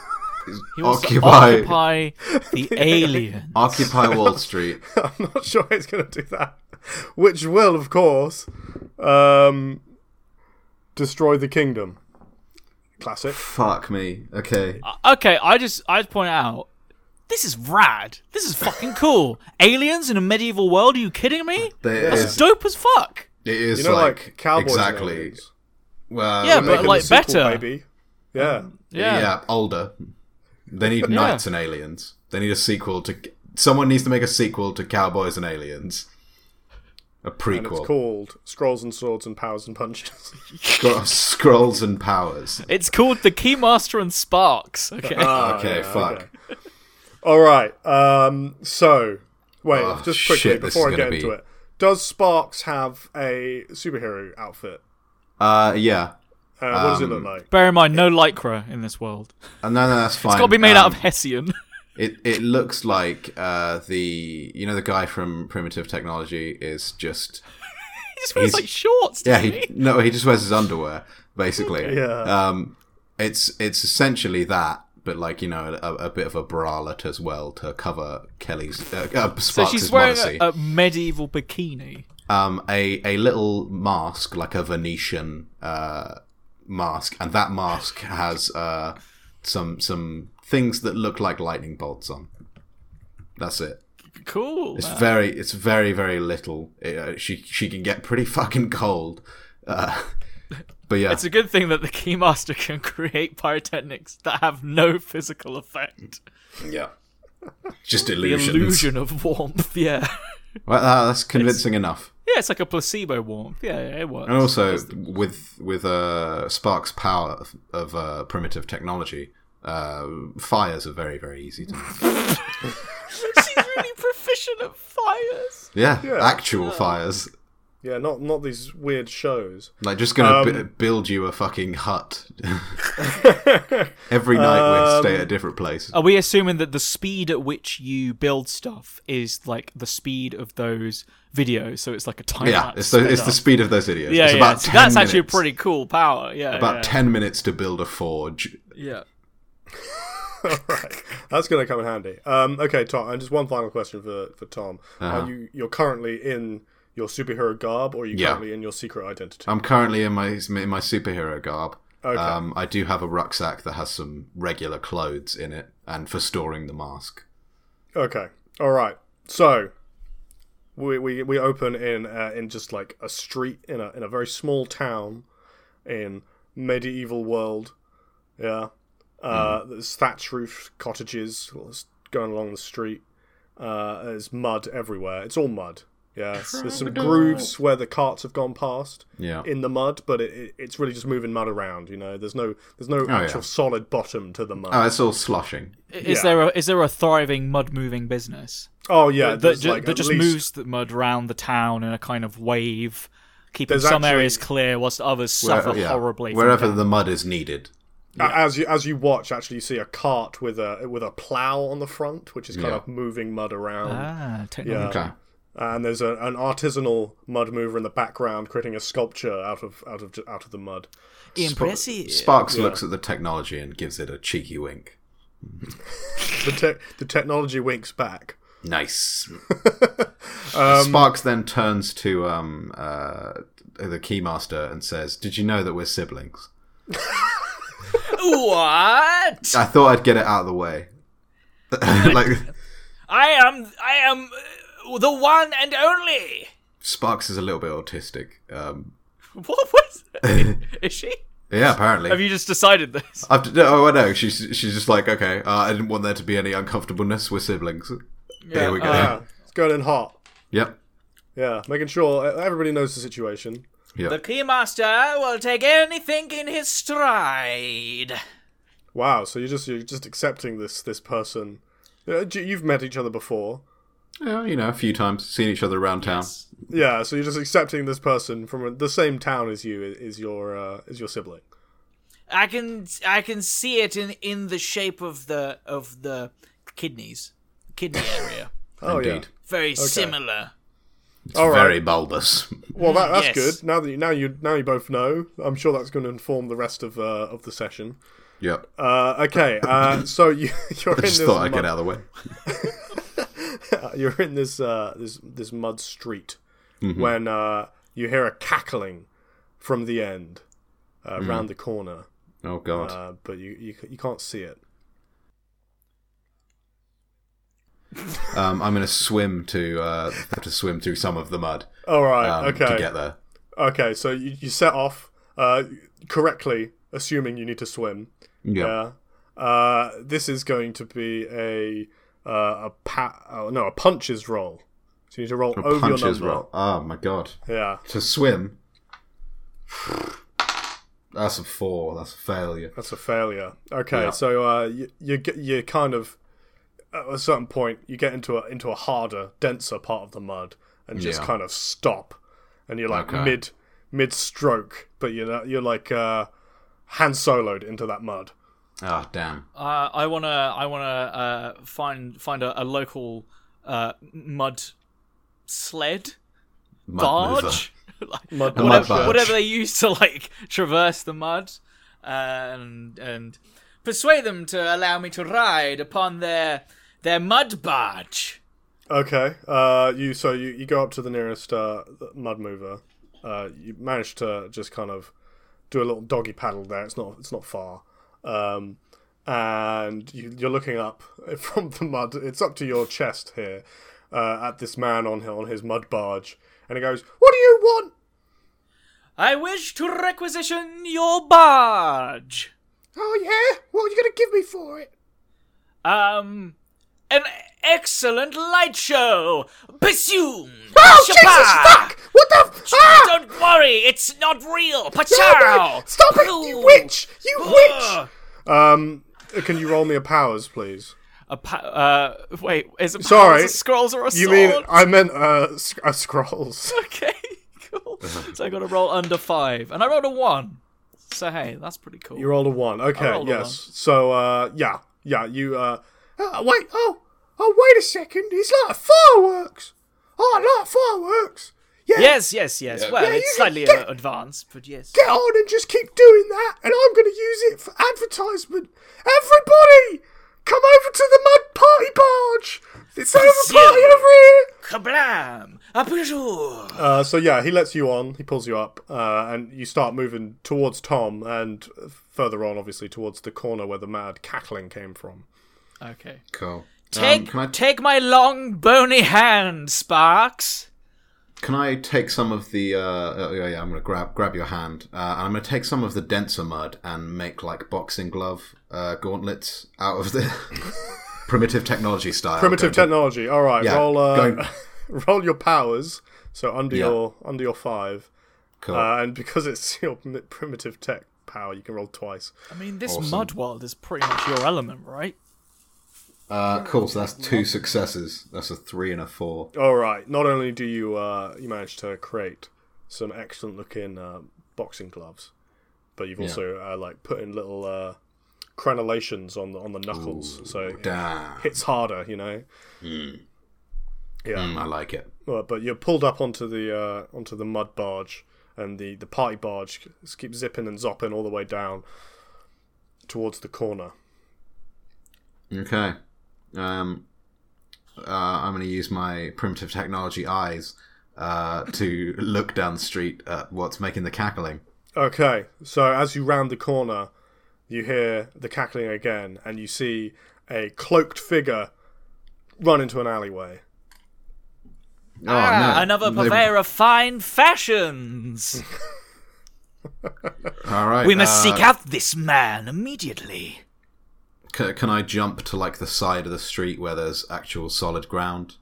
Speaker 4: He wants to
Speaker 3: Occupy
Speaker 4: occupy
Speaker 3: (laughs)
Speaker 4: the alien.
Speaker 3: Occupy Wall
Speaker 4: (laughs)
Speaker 3: Street.
Speaker 2: I'm not sure it's going to do that. Which will, of course, um, destroy the kingdom. Classic.
Speaker 3: Fuck me. Okay.
Speaker 4: Okay, I just I'd point out this is rad. This is fucking cool. Aliens in a medieval world? Are you kidding me?
Speaker 3: There it
Speaker 2: That's
Speaker 3: is.
Speaker 4: Dope as fuck.
Speaker 3: It is
Speaker 2: You know, like,
Speaker 3: like,
Speaker 2: cowboys. and
Speaker 3: exactly.
Speaker 2: aliens.
Speaker 3: Well,
Speaker 4: Yeah,
Speaker 3: they
Speaker 4: but
Speaker 3: can-
Speaker 4: like-
Speaker 2: Sequel,
Speaker 4: better.
Speaker 2: baby. Yeah.
Speaker 3: Um,
Speaker 4: Yeah.
Speaker 3: older. They need knights and aliens. They need a sequel to. Someone needs to make a sequel to Cowboys and Aliens. A
Speaker 2: And it's
Speaker 3: prequel.
Speaker 2: called Scrolls and Swords and Powers and Punches. (laughs)
Speaker 3: Scro- Scrolls and Powers.
Speaker 4: It's called the Keymaster and Sparks. Okay.
Speaker 2: Ah,
Speaker 3: okay,
Speaker 2: yeah,
Speaker 3: fuck.
Speaker 2: okay. All right. Um, so, wait,
Speaker 3: Oh,
Speaker 2: just quickly
Speaker 3: shit, this is
Speaker 2: before I
Speaker 3: gonna
Speaker 2: get into
Speaker 3: be-
Speaker 2: it. Does Sparks have a superhero outfit?
Speaker 3: Uh, yeah.
Speaker 2: Uh, what does it look like?
Speaker 4: Bear in mind, no lycra in this world.
Speaker 3: Uh, No, no, that's fine.
Speaker 4: It's got to be made out
Speaker 3: um,
Speaker 4: of Hessian. (laughs)
Speaker 3: It it looks like uh, the you know the guy from Primitive Technology is just
Speaker 4: he just wears
Speaker 3: he's-
Speaker 4: like shorts.
Speaker 3: Yeah,
Speaker 4: Doesn't
Speaker 3: he, no, he just wears his underwear
Speaker 4: (laughs)
Speaker 3: basically.
Speaker 2: Yeah.
Speaker 3: Um, it's it's essentially that, but like you know, a, a bit of a bralette as well to cover Kelly's uh, uh,
Speaker 4: So
Speaker 3: Sparks'
Speaker 4: she's wearing
Speaker 3: modesty.
Speaker 4: a, a medieval bikini.
Speaker 3: um, a a little mask like a Venetian uh mask, and that mask has uh some some things that look like lightning bolts on. That's it.
Speaker 4: Cool.
Speaker 3: It's very, it's very, very little. Uh, she she can get pretty fucking cold, uh, (laughs) but yeah,
Speaker 4: It's a good thing that the Keymaster can (laughs) create pyrotechnics that have no physical effect. (laughs)
Speaker 3: Yeah. Just
Speaker 4: The
Speaker 3: illusions.
Speaker 4: illusion of warmth, (laughs) yeah.
Speaker 3: Well, that- that's convincing enough.
Speaker 4: Yeah, it's like a placebo warmth. Yeah, yeah, it works.
Speaker 3: And also with with uh, Spark's power of, of uh, primitive technology, uh, fires are very very easy to make.
Speaker 4: (laughs) She's really proficient at fires. (laughs)
Speaker 3: Yeah, actual fires.
Speaker 2: Yeah, not not these weird shows. (laughs)
Speaker 3: Like just gonna
Speaker 4: Um,
Speaker 3: bu- build you a
Speaker 4: (laughs)
Speaker 3: fucking hut. Every night
Speaker 4: Um,
Speaker 3: we stay at a different place.
Speaker 4: Are we assuming that the speed at which you build stuff is like the speed of those videos? So it's like a time
Speaker 3: yeah,
Speaker 4: lapse
Speaker 3: it's the,
Speaker 4: sped
Speaker 3: it's the
Speaker 4: up?
Speaker 3: speed of those videos.
Speaker 4: Yeah,
Speaker 3: it's
Speaker 4: yeah.
Speaker 3: about
Speaker 4: so
Speaker 3: 10
Speaker 4: that's actually a
Speaker 3: minutes-
Speaker 4: pretty cool power. Yeah,
Speaker 3: about
Speaker 4: yeah,
Speaker 3: ten minutes to build a forge.
Speaker 4: Yeah.
Speaker 2: right. That's going to come in handy. Um, okay, Tom, and just one final question for, for Tom. Are you you're currently in your superhero garb, or are you
Speaker 3: Yeah.
Speaker 2: currently in your secret identity?
Speaker 3: I'm currently in my in my superhero garb.
Speaker 2: Okay.
Speaker 3: Um, I do have a rucksack that has some regular clothes in it, and for storing the mask.
Speaker 2: okay, all right. So we we, we open in uh, in just like a street in a in a very small town in medieval world. Yeah,
Speaker 4: Hmm.
Speaker 2: uh, there's thatch roofed cottages going along the street. Uh, there's mud everywhere. It's all mud. Yeah, there's some grooves where the carts have gone past
Speaker 3: Yeah.
Speaker 2: in the mud, but it, it, it's really just moving mud around. You know, there's no there's
Speaker 4: Oh,
Speaker 2: no actual
Speaker 3: yeah.
Speaker 2: solid bottom to the mud.
Speaker 4: Uh,
Speaker 3: Oh, it's all sloshing.
Speaker 4: Is
Speaker 2: Yeah.
Speaker 4: there a is there a thriving mud moving business
Speaker 2: oh yeah,
Speaker 4: that,
Speaker 2: there's
Speaker 4: ju-
Speaker 2: like
Speaker 4: that
Speaker 2: at
Speaker 4: just
Speaker 2: least-
Speaker 4: moves the mud around the town in a kind of wave, keeping
Speaker 2: There's
Speaker 4: some
Speaker 2: actually-
Speaker 4: areas clear whilst others suffer
Speaker 3: Where- yeah.
Speaker 4: horribly? from
Speaker 3: Wherever
Speaker 4: damp.
Speaker 3: the mud is needed.
Speaker 2: A- As you as you watch, actually, you see a cart with a with a plow on the front, which is kind
Speaker 3: Yeah.
Speaker 2: of moving mud around.
Speaker 4: ah, technology.
Speaker 2: Yeah.
Speaker 3: Okay.
Speaker 2: And there's a, an artisanal mud mover in the background creating a sculpture out of out of out of the mud.
Speaker 3: Sp-
Speaker 4: impressive.
Speaker 3: Sparks looks at the technology and gives it a cheeky wink.
Speaker 2: The te- the technology winks back. (laughs)
Speaker 3: Nice.
Speaker 2: Um,
Speaker 3: Sparks then turns to um, uh, the keymaster and says, "Did you know that we're siblings?
Speaker 4: what?
Speaker 3: I thought I'd get it out of the way." (laughs)
Speaker 4: (laughs)
Speaker 3: like
Speaker 4: I am I am uh, the one and only. (laughs)
Speaker 3: Sparks is a little bit autistic. Um,
Speaker 4: What was? is she?
Speaker 3: yeah, apparently.
Speaker 4: Have you just decided this?
Speaker 3: I've, oh, I know. She's she's just like, okay. Uh, I didn't want there to be any uncomfortableness. We're siblings. There we go.
Speaker 2: Yeah, uh, it's going in hot.
Speaker 3: yep.
Speaker 2: Yeah, making sure e, everybody knows the situation.
Speaker 4: The keymaster will take anything in his stride.
Speaker 2: Wow, so you're just you're just accepting this this person. Yeah, you- You've met each other before.
Speaker 3: Yeah, you know, a few times, seen each other around town.
Speaker 2: Yeah, so you're just accepting this person from the same town as you i- is your uh, is your sibling.
Speaker 4: I can I can see it in in the shape of the of the kidneys, kidney area.
Speaker 2: Oh
Speaker 3: Indeed.
Speaker 4: Very similar.
Speaker 3: It's
Speaker 2: All right.
Speaker 3: very bulbous. (laughs)
Speaker 2: yeah. Well, that, that's
Speaker 4: Yes.
Speaker 2: good. Now that you, now you now you both know, I'm sure that's going to inform the rest of uh, of the session.
Speaker 3: yep.
Speaker 2: Uh,
Speaker 3: (laughs)
Speaker 2: okay, uh, so you (laughs) you're in
Speaker 3: I just
Speaker 2: this
Speaker 3: thought I'd
Speaker 2: mud,
Speaker 3: get out of the way.
Speaker 2: you're in this uh, this this mud street
Speaker 3: Mm-hmm.
Speaker 2: when uh, you hear a cackling from the end uh,
Speaker 3: Mm-hmm.
Speaker 2: round the corner,
Speaker 3: Oh God.
Speaker 2: uh, but you, you c- you can't see it.
Speaker 3: Um, I'm gonna swim to uh, have to swim through some of the mud
Speaker 2: All right,
Speaker 3: um,
Speaker 2: okay,
Speaker 3: to get there.
Speaker 2: Okay, so you, you set off uh, correctly, assuming you need to swim.
Speaker 3: Yeah.
Speaker 2: Yeah. Uh, this is going to be a uh, a pa- oh, no a punches roll. So you need to roll
Speaker 3: A
Speaker 2: over your
Speaker 3: punch as
Speaker 2: number.
Speaker 3: well. Oh my God.
Speaker 2: Yeah,
Speaker 3: To swim. That's a four. That's a failure.
Speaker 2: that's a failure. Okay,
Speaker 3: Yeah.
Speaker 2: so uh, you you, get, you kind of at a certain point you get into a into a harder, denser part of the mud and just
Speaker 3: Yeah.
Speaker 2: kind of stop, and you're like
Speaker 3: Okay.
Speaker 2: mid mid stroke, but you're not, you're like uh, hand soloed into that mud.
Speaker 3: Ah, damn.
Speaker 4: Uh, I wanna I wanna uh, find find a, a local uh, mud sled
Speaker 3: Mud mover.
Speaker 4: barge, (laughs) Like,
Speaker 2: Mud
Speaker 3: A
Speaker 4: whatever,
Speaker 3: barge.
Speaker 4: whatever they use to like traverse the mud, uh, and and persuade them to allow me to ride upon their their mud barge.
Speaker 2: Okay. Uh, you so you, you go up to the nearest uh, mud mover. Uh, you manage to just kind of do a little doggy paddle there. It's not it's not far. Um, and you, you're looking up (laughs) from the mud. It's up to your chest here uh, at this man on on his mud barge, and he goes, "What do you want?
Speaker 4: I wish to requisition your barge.
Speaker 2: Oh yeah, what are you gonna give me for it?
Speaker 4: Um, an excellent light show. Bassoon.
Speaker 2: Oh Jesus
Speaker 4: Shabbat.
Speaker 2: fuck! What the? F- ah!
Speaker 4: Don't worry, it's not real.
Speaker 2: Oh,
Speaker 4: Pachow.
Speaker 2: no! Stop it, you
Speaker 4: Ooh.
Speaker 2: witch! You
Speaker 4: Ugh.
Speaker 2: witch! Um, can you roll me a powers, please?
Speaker 4: A pa- uh, wait, is it
Speaker 2: Sorry.
Speaker 4: powers, a scrolls or a
Speaker 2: You
Speaker 4: sword? (laughs)
Speaker 2: mean I meant uh, sc- uh scrolls?
Speaker 4: okay, cool. so I got to roll under five, and I rolled a one. So hey, that's pretty cool.
Speaker 2: (laughs) You rolled a one. Okay,
Speaker 4: rolled a
Speaker 2: yes.
Speaker 4: one.
Speaker 2: So uh, yeah, yeah. You uh, uh, wait. Oh, oh, wait a second. It's like fireworks. Oh, I like fireworks. Yeah.
Speaker 4: yes, yes, yes. Well,
Speaker 2: Yeah, you
Speaker 4: it's slightly
Speaker 2: get-
Speaker 4: uh, advanced, but yes.
Speaker 2: Get on and just keep doing that, and I'm going to use it for advertisement. Everybody, come over to the mud party barge. It's over
Speaker 4: you.
Speaker 2: party over here.
Speaker 4: Kablam! A bonjour!
Speaker 2: Uh, so yeah, he lets you on. He pulls you up, uh, and you start moving towards Tom, and further on, obviously, towards the corner where the mad cackling came from.
Speaker 4: Okay.
Speaker 3: Cool. Um,
Speaker 4: Take
Speaker 3: can I-
Speaker 4: take my long bony hand, Sparks.
Speaker 3: Can I take some of the? Uh, oh, yeah, yeah, I'm gonna grab grab your hand, uh, and I'm gonna take some of the denser mud and make like boxing glove uh, gauntlets out of the (laughs) primitive technology style.
Speaker 2: Primitive
Speaker 3: Going-
Speaker 2: technology. All right,
Speaker 3: Yeah,
Speaker 2: roll uh,
Speaker 3: going-
Speaker 2: (laughs) roll your powers. So under
Speaker 3: Yeah. Oh.
Speaker 2: your under your five,
Speaker 3: Cool.
Speaker 2: uh, and because it's (laughs) your m- primitive tech power, you can roll twice.
Speaker 4: I mean, this mud world is pretty much your element, right?
Speaker 3: Uh, cool. So that's two successes. That's a three and a four.
Speaker 2: All right. Not only do you uh, you manage to create some excellent looking uh, boxing gloves, but you've also uh, like put in little uh, crenulations on the on the knuckles, so it
Speaker 3: Damn.
Speaker 2: hits harder. You know. Yeah.
Speaker 3: Mm, I like it.
Speaker 2: Well, but you're pulled up onto the uh, onto the mud barge, and the the party barge s- keeps zipping and zopping all the way down towards the corner.
Speaker 3: Okay. Um, uh, I'm going to use my primitive technology eyes uh, to look down the street at what's making the cackling.
Speaker 2: Okay, so as you round the corner, you hear the cackling again, and you see a cloaked figure run into an alleyway.
Speaker 3: Oh,
Speaker 4: Ah,
Speaker 3: no.
Speaker 4: another
Speaker 3: They-
Speaker 4: purveyor of fine fashions.
Speaker 3: All right.
Speaker 4: We must
Speaker 3: uh,
Speaker 4: seek out this man immediately.
Speaker 3: Can, can I jump to like the side of the street where there's actual solid ground?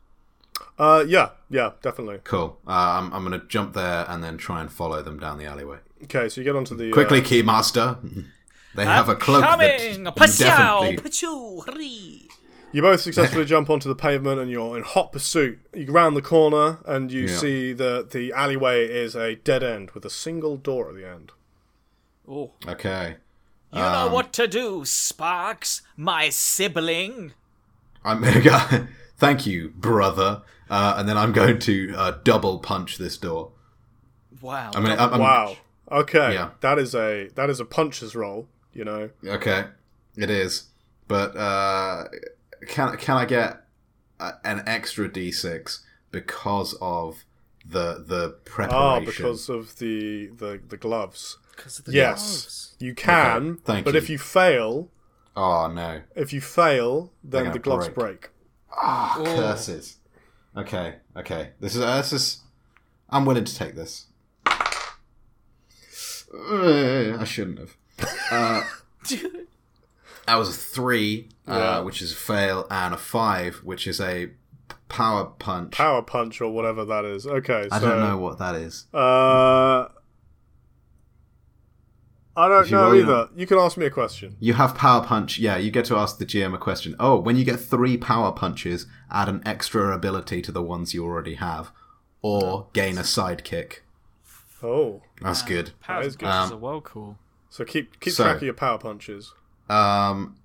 Speaker 2: Uh, yeah, yeah, definitely.
Speaker 3: Cool. Uh, I'm, I'm going to jump there and then try and follow them down the alleyway.
Speaker 2: Okay, so you get onto the uh,
Speaker 3: Quickly, Keymaster. (laughs) They have a cloak that
Speaker 4: Coming!
Speaker 3: you
Speaker 4: Pasew!
Speaker 3: definitely
Speaker 4: Pachu! Hurry!
Speaker 2: You both successfully jump onto the pavement and you're in hot pursuit. You round the corner and you
Speaker 3: Yeah.
Speaker 2: see that the alleyway is a dead end with a single door at the end.
Speaker 4: Oh.
Speaker 3: (laughs) Okay.
Speaker 4: You
Speaker 3: Um,
Speaker 4: know what to do, Sparks, my sibling.
Speaker 3: I'm mega. (laughs) Thank you, brother. Uh, and then I'm going to uh, double punch this door.
Speaker 4: Wow.
Speaker 3: I mean, I'm, I'm,
Speaker 2: Wow. Okay.
Speaker 3: Yeah.
Speaker 2: That is a that is a puncher's roll, you know.
Speaker 3: Okay, it is. But uh, can can I get a, an extra d6 because of the the
Speaker 2: Ah,
Speaker 3: preparation?
Speaker 2: because of the the, the gloves.
Speaker 4: because of the
Speaker 2: yes.
Speaker 4: gloves.
Speaker 2: You can,
Speaker 3: Okay, thank
Speaker 2: but
Speaker 3: you.
Speaker 2: if you fail,
Speaker 3: oh no,
Speaker 2: if you fail, then
Speaker 3: gonna
Speaker 2: the gloves
Speaker 3: break.
Speaker 2: break.
Speaker 3: Ah,
Speaker 2: Oh.
Speaker 3: curses. Okay, okay. This is uh, this is. I'm willing to take this. Uh, I shouldn't have.
Speaker 2: (laughs)
Speaker 3: Uh, that was a three,
Speaker 2: Yeah.
Speaker 3: uh, which is a fail, and a five, which is a p- power punch.
Speaker 2: Power punch or whatever that is. Okay,
Speaker 3: I
Speaker 2: so
Speaker 3: don't know what that is.
Speaker 2: uh I don't
Speaker 3: If you
Speaker 2: know
Speaker 3: roll, you
Speaker 2: either. You can ask me a question.
Speaker 3: You have power punch. Yeah, you get to ask the GM a question. Oh, when you get three power punches, add an extra ability to the ones you already have, or gain a sidekick.
Speaker 2: Oh.
Speaker 3: That's good.
Speaker 4: Power
Speaker 2: is good.
Speaker 3: Um,
Speaker 4: punches are well cool.
Speaker 2: So keep keep
Speaker 3: So-
Speaker 2: track of your power punches.
Speaker 3: Um,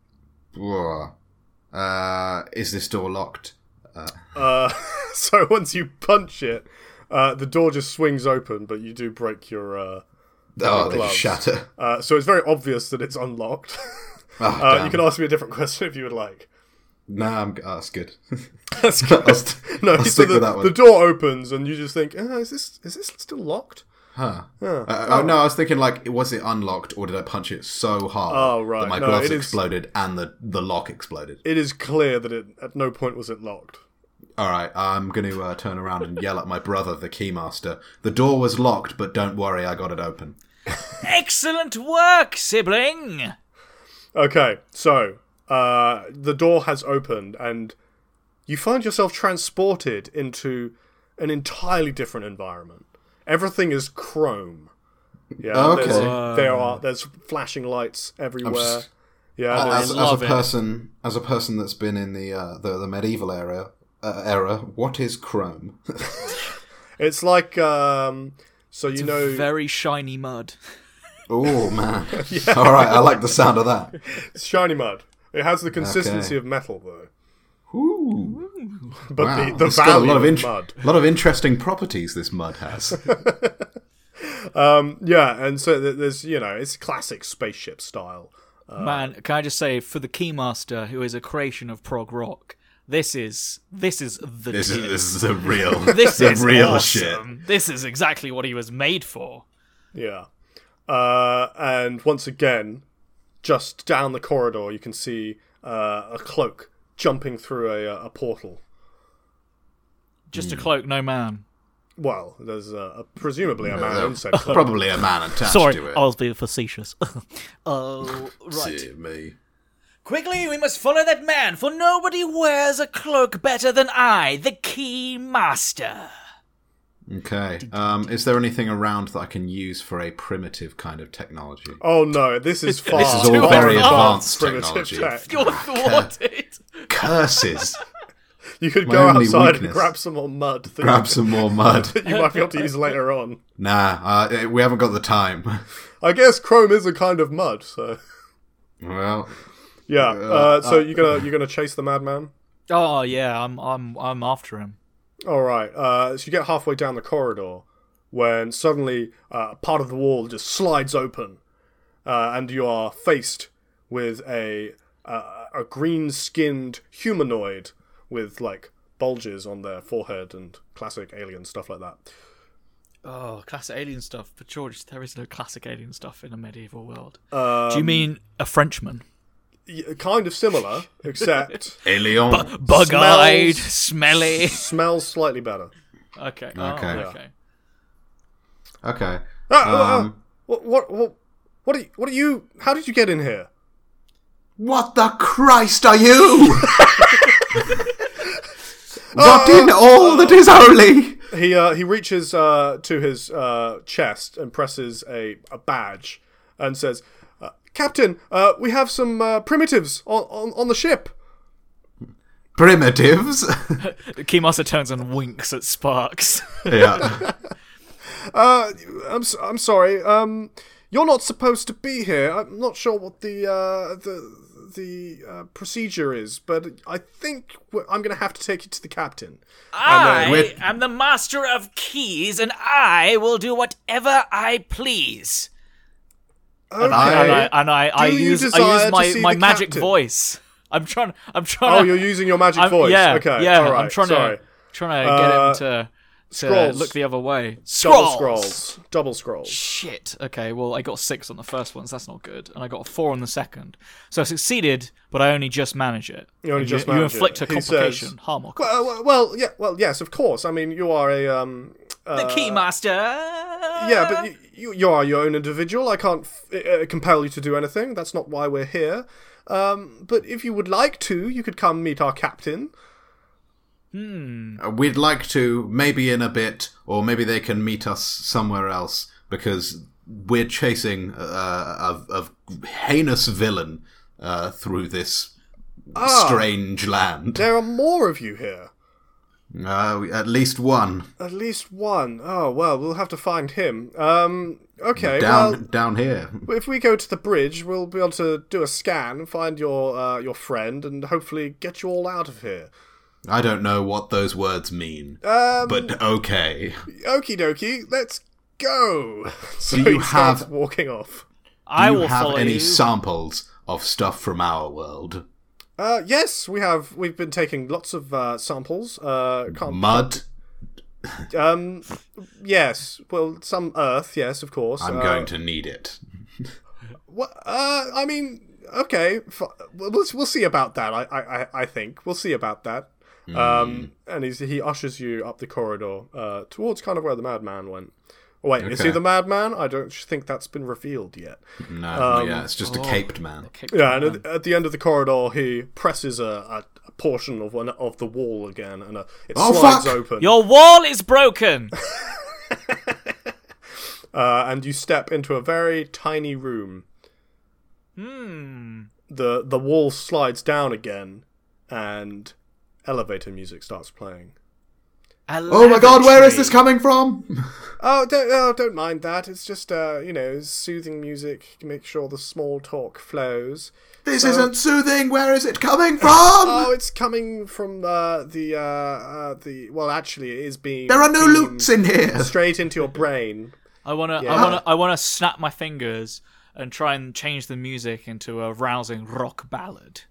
Speaker 3: whoa. uh, is this door locked?
Speaker 2: Uh, (laughs) so once you punch it, uh, the door just swings open, but you do break your. Uh,
Speaker 3: Oh, they
Speaker 2: gloves. (laughs)
Speaker 3: just shatter.
Speaker 2: uh, so it's very obvious that it's unlocked. (laughs)
Speaker 3: Oh,
Speaker 2: uh,
Speaker 3: damn.
Speaker 2: you can ask me a different (laughs) question if you would like.
Speaker 3: Nah, I'm, oh,
Speaker 2: (laughs)
Speaker 3: that's good. (laughs)
Speaker 2: That's
Speaker 3: I'll, st-
Speaker 2: No,
Speaker 3: I'll
Speaker 2: so
Speaker 3: stick
Speaker 2: the,
Speaker 3: with that one.
Speaker 2: the door opens and you just think, uh, is this is this still locked?
Speaker 3: Huh. Uh, oh no, I was thinking like, was it unlocked or did I punch it so hard
Speaker 2: Oh, right.
Speaker 3: that my
Speaker 2: No,
Speaker 3: gloves
Speaker 2: it is-
Speaker 3: exploded and the the lock exploded?
Speaker 2: It is clear that it at no point was it locked.
Speaker 3: All right, I'm going to uh, turn around and yell at my brother, the keymaster. The door was locked, but don't worry, I got it open.
Speaker 4: Excellent work, sibling.
Speaker 2: Okay, so uh, the door has opened and you find yourself transported into an entirely different environment. Everything is chrome. Yeah,
Speaker 3: Okay.
Speaker 2: there's, there are there's flashing lights everywhere.
Speaker 3: just-
Speaker 2: yeah,
Speaker 3: Uh,
Speaker 2: there's-
Speaker 3: as, as a
Speaker 4: love it.
Speaker 3: person, as a person that's been in the uh, the, the medieval era uh, era, what is Chrome? (laughs)
Speaker 2: it's like um, so you know
Speaker 4: Very shiny mud.
Speaker 3: oh man! All right, I like the sound of that.
Speaker 2: it's shiny mud. It has the consistency of metal though,
Speaker 3: Ooh,
Speaker 2: but
Speaker 3: wow!
Speaker 2: the, the
Speaker 3: It's got
Speaker 2: value
Speaker 3: a lot of,
Speaker 2: of
Speaker 3: int-
Speaker 2: mud.
Speaker 3: lot of interesting properties this mud has.
Speaker 2: Yeah, and so th- there's you know it's classic spaceship style.
Speaker 4: Man, can I just say for the Keymaster, who is a creation of prog rock, this is this is the
Speaker 3: this is
Speaker 4: tier.
Speaker 3: this is the real
Speaker 4: This
Speaker 3: (laughs) the
Speaker 4: is
Speaker 3: real shit.
Speaker 4: awesome. This is exactly what he was made for.
Speaker 2: Yeah. Uh, and once again, just down the corridor, you can see uh, a cloak uh, jumping through a, a portal.
Speaker 3: Hmm.
Speaker 4: Just a cloak, no man.
Speaker 2: Well, there's a, a presumably a man insect. clone.
Speaker 3: Probably a man attached
Speaker 4: Sorry,
Speaker 3: to it.
Speaker 4: I was being facetious. (laughs) oh, right.
Speaker 3: Dear me.
Speaker 4: Quickly, we must follow that man, for nobody wears a cloak better than I, the Key Master.
Speaker 3: Okay. Um, is there anything around that I can use for a primitive kind of technology?
Speaker 2: Oh no, this is far.
Speaker 3: This is all
Speaker 2: far
Speaker 3: very advanced
Speaker 2: advanced
Speaker 3: technology.
Speaker 2: primitive
Speaker 4: (laughs)
Speaker 2: tech.
Speaker 4: You're thwarted.
Speaker 3: Curses!
Speaker 2: You could
Speaker 3: My
Speaker 2: go
Speaker 3: only
Speaker 2: outside and
Speaker 3: weakness.
Speaker 2: grab some more mud. That
Speaker 3: Grab some more mud.
Speaker 2: that (laughs) you might be able to use later on.
Speaker 3: Nah, uh, we haven't got the time. (laughs)
Speaker 2: I guess chrome is a kind of mud, so
Speaker 3: Well,
Speaker 2: yeah. Uh, so you're gonna you're gonna chase the madman.
Speaker 4: Oh yeah, I'm I'm I'm after him.
Speaker 2: All right. Uh, so you get halfway down the corridor when suddenly uh, part of the wall just slides open, uh, and you are faced with a uh, a green-skinned humanoid with like bulges on their forehead and classic alien stuff like that.
Speaker 4: Oh, classic alien stuff. But George, there is no classic alien stuff in a medieval world.
Speaker 2: Um,
Speaker 4: Do you mean a Frenchman?
Speaker 2: y- kind of similar, except
Speaker 3: Elion.
Speaker 4: Bug-eyed,
Speaker 2: smells-
Speaker 3: (laughs)
Speaker 4: smelly.
Speaker 2: smells slightly better.
Speaker 4: Okay. oh,
Speaker 3: Okay.
Speaker 4: okay.
Speaker 3: okay.
Speaker 2: Ah,
Speaker 3: Um,
Speaker 2: What? What? What? What are, you, what are you? How did you get in here?
Speaker 3: What the Christ are you? Not in all that is holy.
Speaker 2: He uh, he reaches uh, to his uh, chest and presses a, a badge and says, uh, "Captain, uh, we have some uh, primitives on, on on the ship."
Speaker 3: Primitives. (laughs)
Speaker 4: Keymaster turns and winks at Sparks.
Speaker 3: yeah.
Speaker 2: Uh, I'm s- I'm sorry. Um, you're not supposed to be here. I'm not sure what the uh, the the uh, procedure is, but I think we're- I'm going to have to take you to the captain.
Speaker 4: (laughs) I
Speaker 3: with-
Speaker 4: am the master of keys, and I will do whatever I please.
Speaker 2: Okay.
Speaker 4: And
Speaker 3: I-
Speaker 4: I and I, I
Speaker 2: Do you
Speaker 4: use I
Speaker 2: desire
Speaker 4: use
Speaker 2: to
Speaker 4: my,
Speaker 2: see
Speaker 4: my
Speaker 2: the
Speaker 4: magic
Speaker 2: captain?
Speaker 4: voice. I'm trying. I'm trying.
Speaker 2: Oh,
Speaker 4: to,
Speaker 2: you're using your magic
Speaker 4: I'm,
Speaker 2: voice.
Speaker 4: Yeah.
Speaker 2: okay.
Speaker 4: Yeah.
Speaker 2: All right.
Speaker 4: I'm trying
Speaker 2: sorry.
Speaker 4: to trying to get
Speaker 2: Uh,
Speaker 4: him to, to
Speaker 2: scrolls.
Speaker 4: look the other way. Scrolls.
Speaker 2: Double scrolls. Double scrolls.
Speaker 4: Shit. Okay. Well, I got six on the first one, so that's not good. And I got a four on the second, so I succeeded, but I only just manage it.
Speaker 2: You only
Speaker 4: And
Speaker 2: just
Speaker 4: you,
Speaker 2: manage
Speaker 4: you inflict
Speaker 2: it.
Speaker 4: a
Speaker 2: He says-
Speaker 4: complication, harm or
Speaker 2: Well, well, Uh, well, yeah, well, yes, of course. I mean, you are a um. Uh,
Speaker 4: the keymaster.
Speaker 2: Yeah, but you, you you are your own individual. I can't f- uh, compel you to do anything. That's not why we're here. Um, but if you would like to, you could come meet our captain.
Speaker 3: We'd like to, maybe in a bit, or maybe they can meet us somewhere else because we're chasing uh, a, a heinous villain uh, through this strange land.
Speaker 2: There are more of you here.
Speaker 3: Uh, at least one
Speaker 2: At least one. Oh well, we'll have to find him. Um, okay.
Speaker 3: down
Speaker 2: Well,
Speaker 3: down here.
Speaker 2: if we go to the bridge, we'll be able to do a scan, find your uh, your friend, and hopefully get you all out of here.
Speaker 3: I don't know what those words mean, but okay.
Speaker 2: Okie dokie, let's go. (laughs) So
Speaker 3: you
Speaker 2: he starts
Speaker 3: have-
Speaker 2: walking off.
Speaker 4: I
Speaker 3: Do
Speaker 4: will
Speaker 3: you have
Speaker 4: follow
Speaker 3: any
Speaker 4: you.
Speaker 3: samples of stuff from our world?
Speaker 2: Uh, yes, we have. We've been taking lots of uh, samples. Uh, can't,
Speaker 3: Mud.
Speaker 2: um, yes. Well, some earth. Yes, of course.
Speaker 3: I'm
Speaker 2: uh,
Speaker 3: going to need it.
Speaker 2: wha- uh, I mean, okay. F- we'll, we'll- we'll see about that. I, I, I- I think we'll see about that.
Speaker 3: Hmm.
Speaker 2: Um, and he's, he ushers you up the corridor uh, towards kind of where the madman went. Oh, wait, is he
Speaker 3: Okay.
Speaker 2: the madman? I don't think that's been revealed yet.
Speaker 3: No, yeah, it's
Speaker 4: oh.
Speaker 3: just a caped man.
Speaker 2: Yeah, and at, at the end of the corridor, he presses a, a, a portion of one of the wall again, and uh it
Speaker 3: Oh,
Speaker 2: slides
Speaker 3: fuck!
Speaker 2: open.
Speaker 4: Your wall is broken.
Speaker 2: Uh, and you step into a very tiny room. Hmm. The the wall slides down again, and elevator music starts playing.
Speaker 3: Oh my god, where is this coming from?
Speaker 2: Oh, don't oh, don't mind that. It's just uh, you know, soothing music. Make sure the small talk flows.
Speaker 3: This isn't soothing. Where is it coming from?
Speaker 2: Oh, it's coming from uh, the uh, uh, the well, actually, it is being.
Speaker 3: There are no
Speaker 2: beamed
Speaker 3: loops in here.
Speaker 2: Straight into your brain.
Speaker 4: I wanna, I
Speaker 2: Yeah.
Speaker 4: wanna, I wanna snap my fingers and try and change the music into a rousing rock ballad.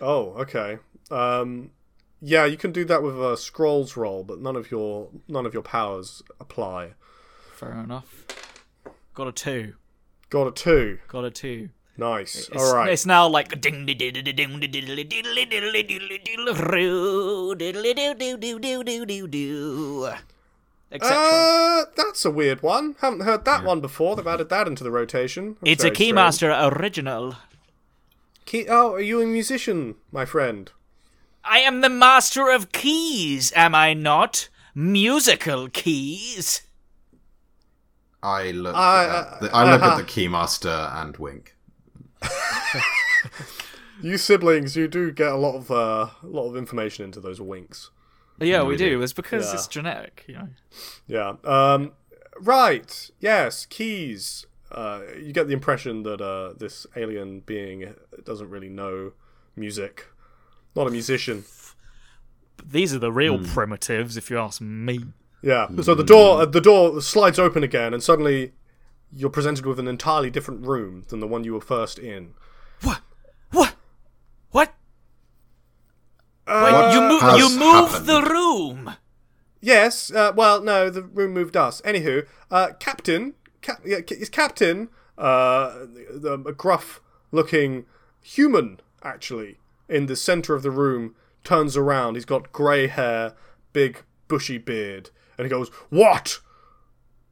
Speaker 2: Oh, okay. Um, yeah, you can do that with a scrolls roll, but none of your none of your powers apply.
Speaker 4: Fair enough. Got a two.
Speaker 2: Got a two.
Speaker 4: Got a two.
Speaker 2: Nice.
Speaker 4: It's,
Speaker 2: All right.
Speaker 4: It's now like ding ding ding ding ding ding ding ding ding ding ding ding ding etc.
Speaker 2: Uh, that's a weird one. Haven't heard that one before. They've added that into the rotation. That's
Speaker 4: it's a
Speaker 2: very strange.
Speaker 4: Keymaster original.
Speaker 2: Key- oh, are you a musician, my friend?
Speaker 4: I am the master of keys, am I not? Musical keys.
Speaker 3: I looked.
Speaker 2: I- uh,
Speaker 4: Uh,
Speaker 2: uh-huh.
Speaker 3: at the, I look at the keymaster and wink.
Speaker 2: You siblings, you do get a lot of uh, a lot of information into those winks.
Speaker 4: Yeah, we do. It's because
Speaker 2: Yeah.
Speaker 4: it's generic, you know.
Speaker 2: Yeah. Um, right. Yes. Keys. Uh, you get the impression that uh, this alien being doesn't really know music. Not a musician.
Speaker 4: These are the real
Speaker 3: Hmm.
Speaker 4: primitives, if you ask me.
Speaker 2: Yeah. So the door uh, the door slides open again, and suddenly you're presented with an entirely different room than the one you were first in.
Speaker 4: What? What? What? Wait,
Speaker 2: Uh,
Speaker 3: What
Speaker 4: you move.
Speaker 3: has
Speaker 4: You move
Speaker 3: happened?
Speaker 4: the room.
Speaker 2: Yes. Uh, well, no, the room moved us. Anywho, uh, Captain, Cap- yeah, Ca- is Captain uh, the, the gruff-looking human actually in the center of the room? Turns around. He's got grey hair, big bushy beard, and he goes, "What?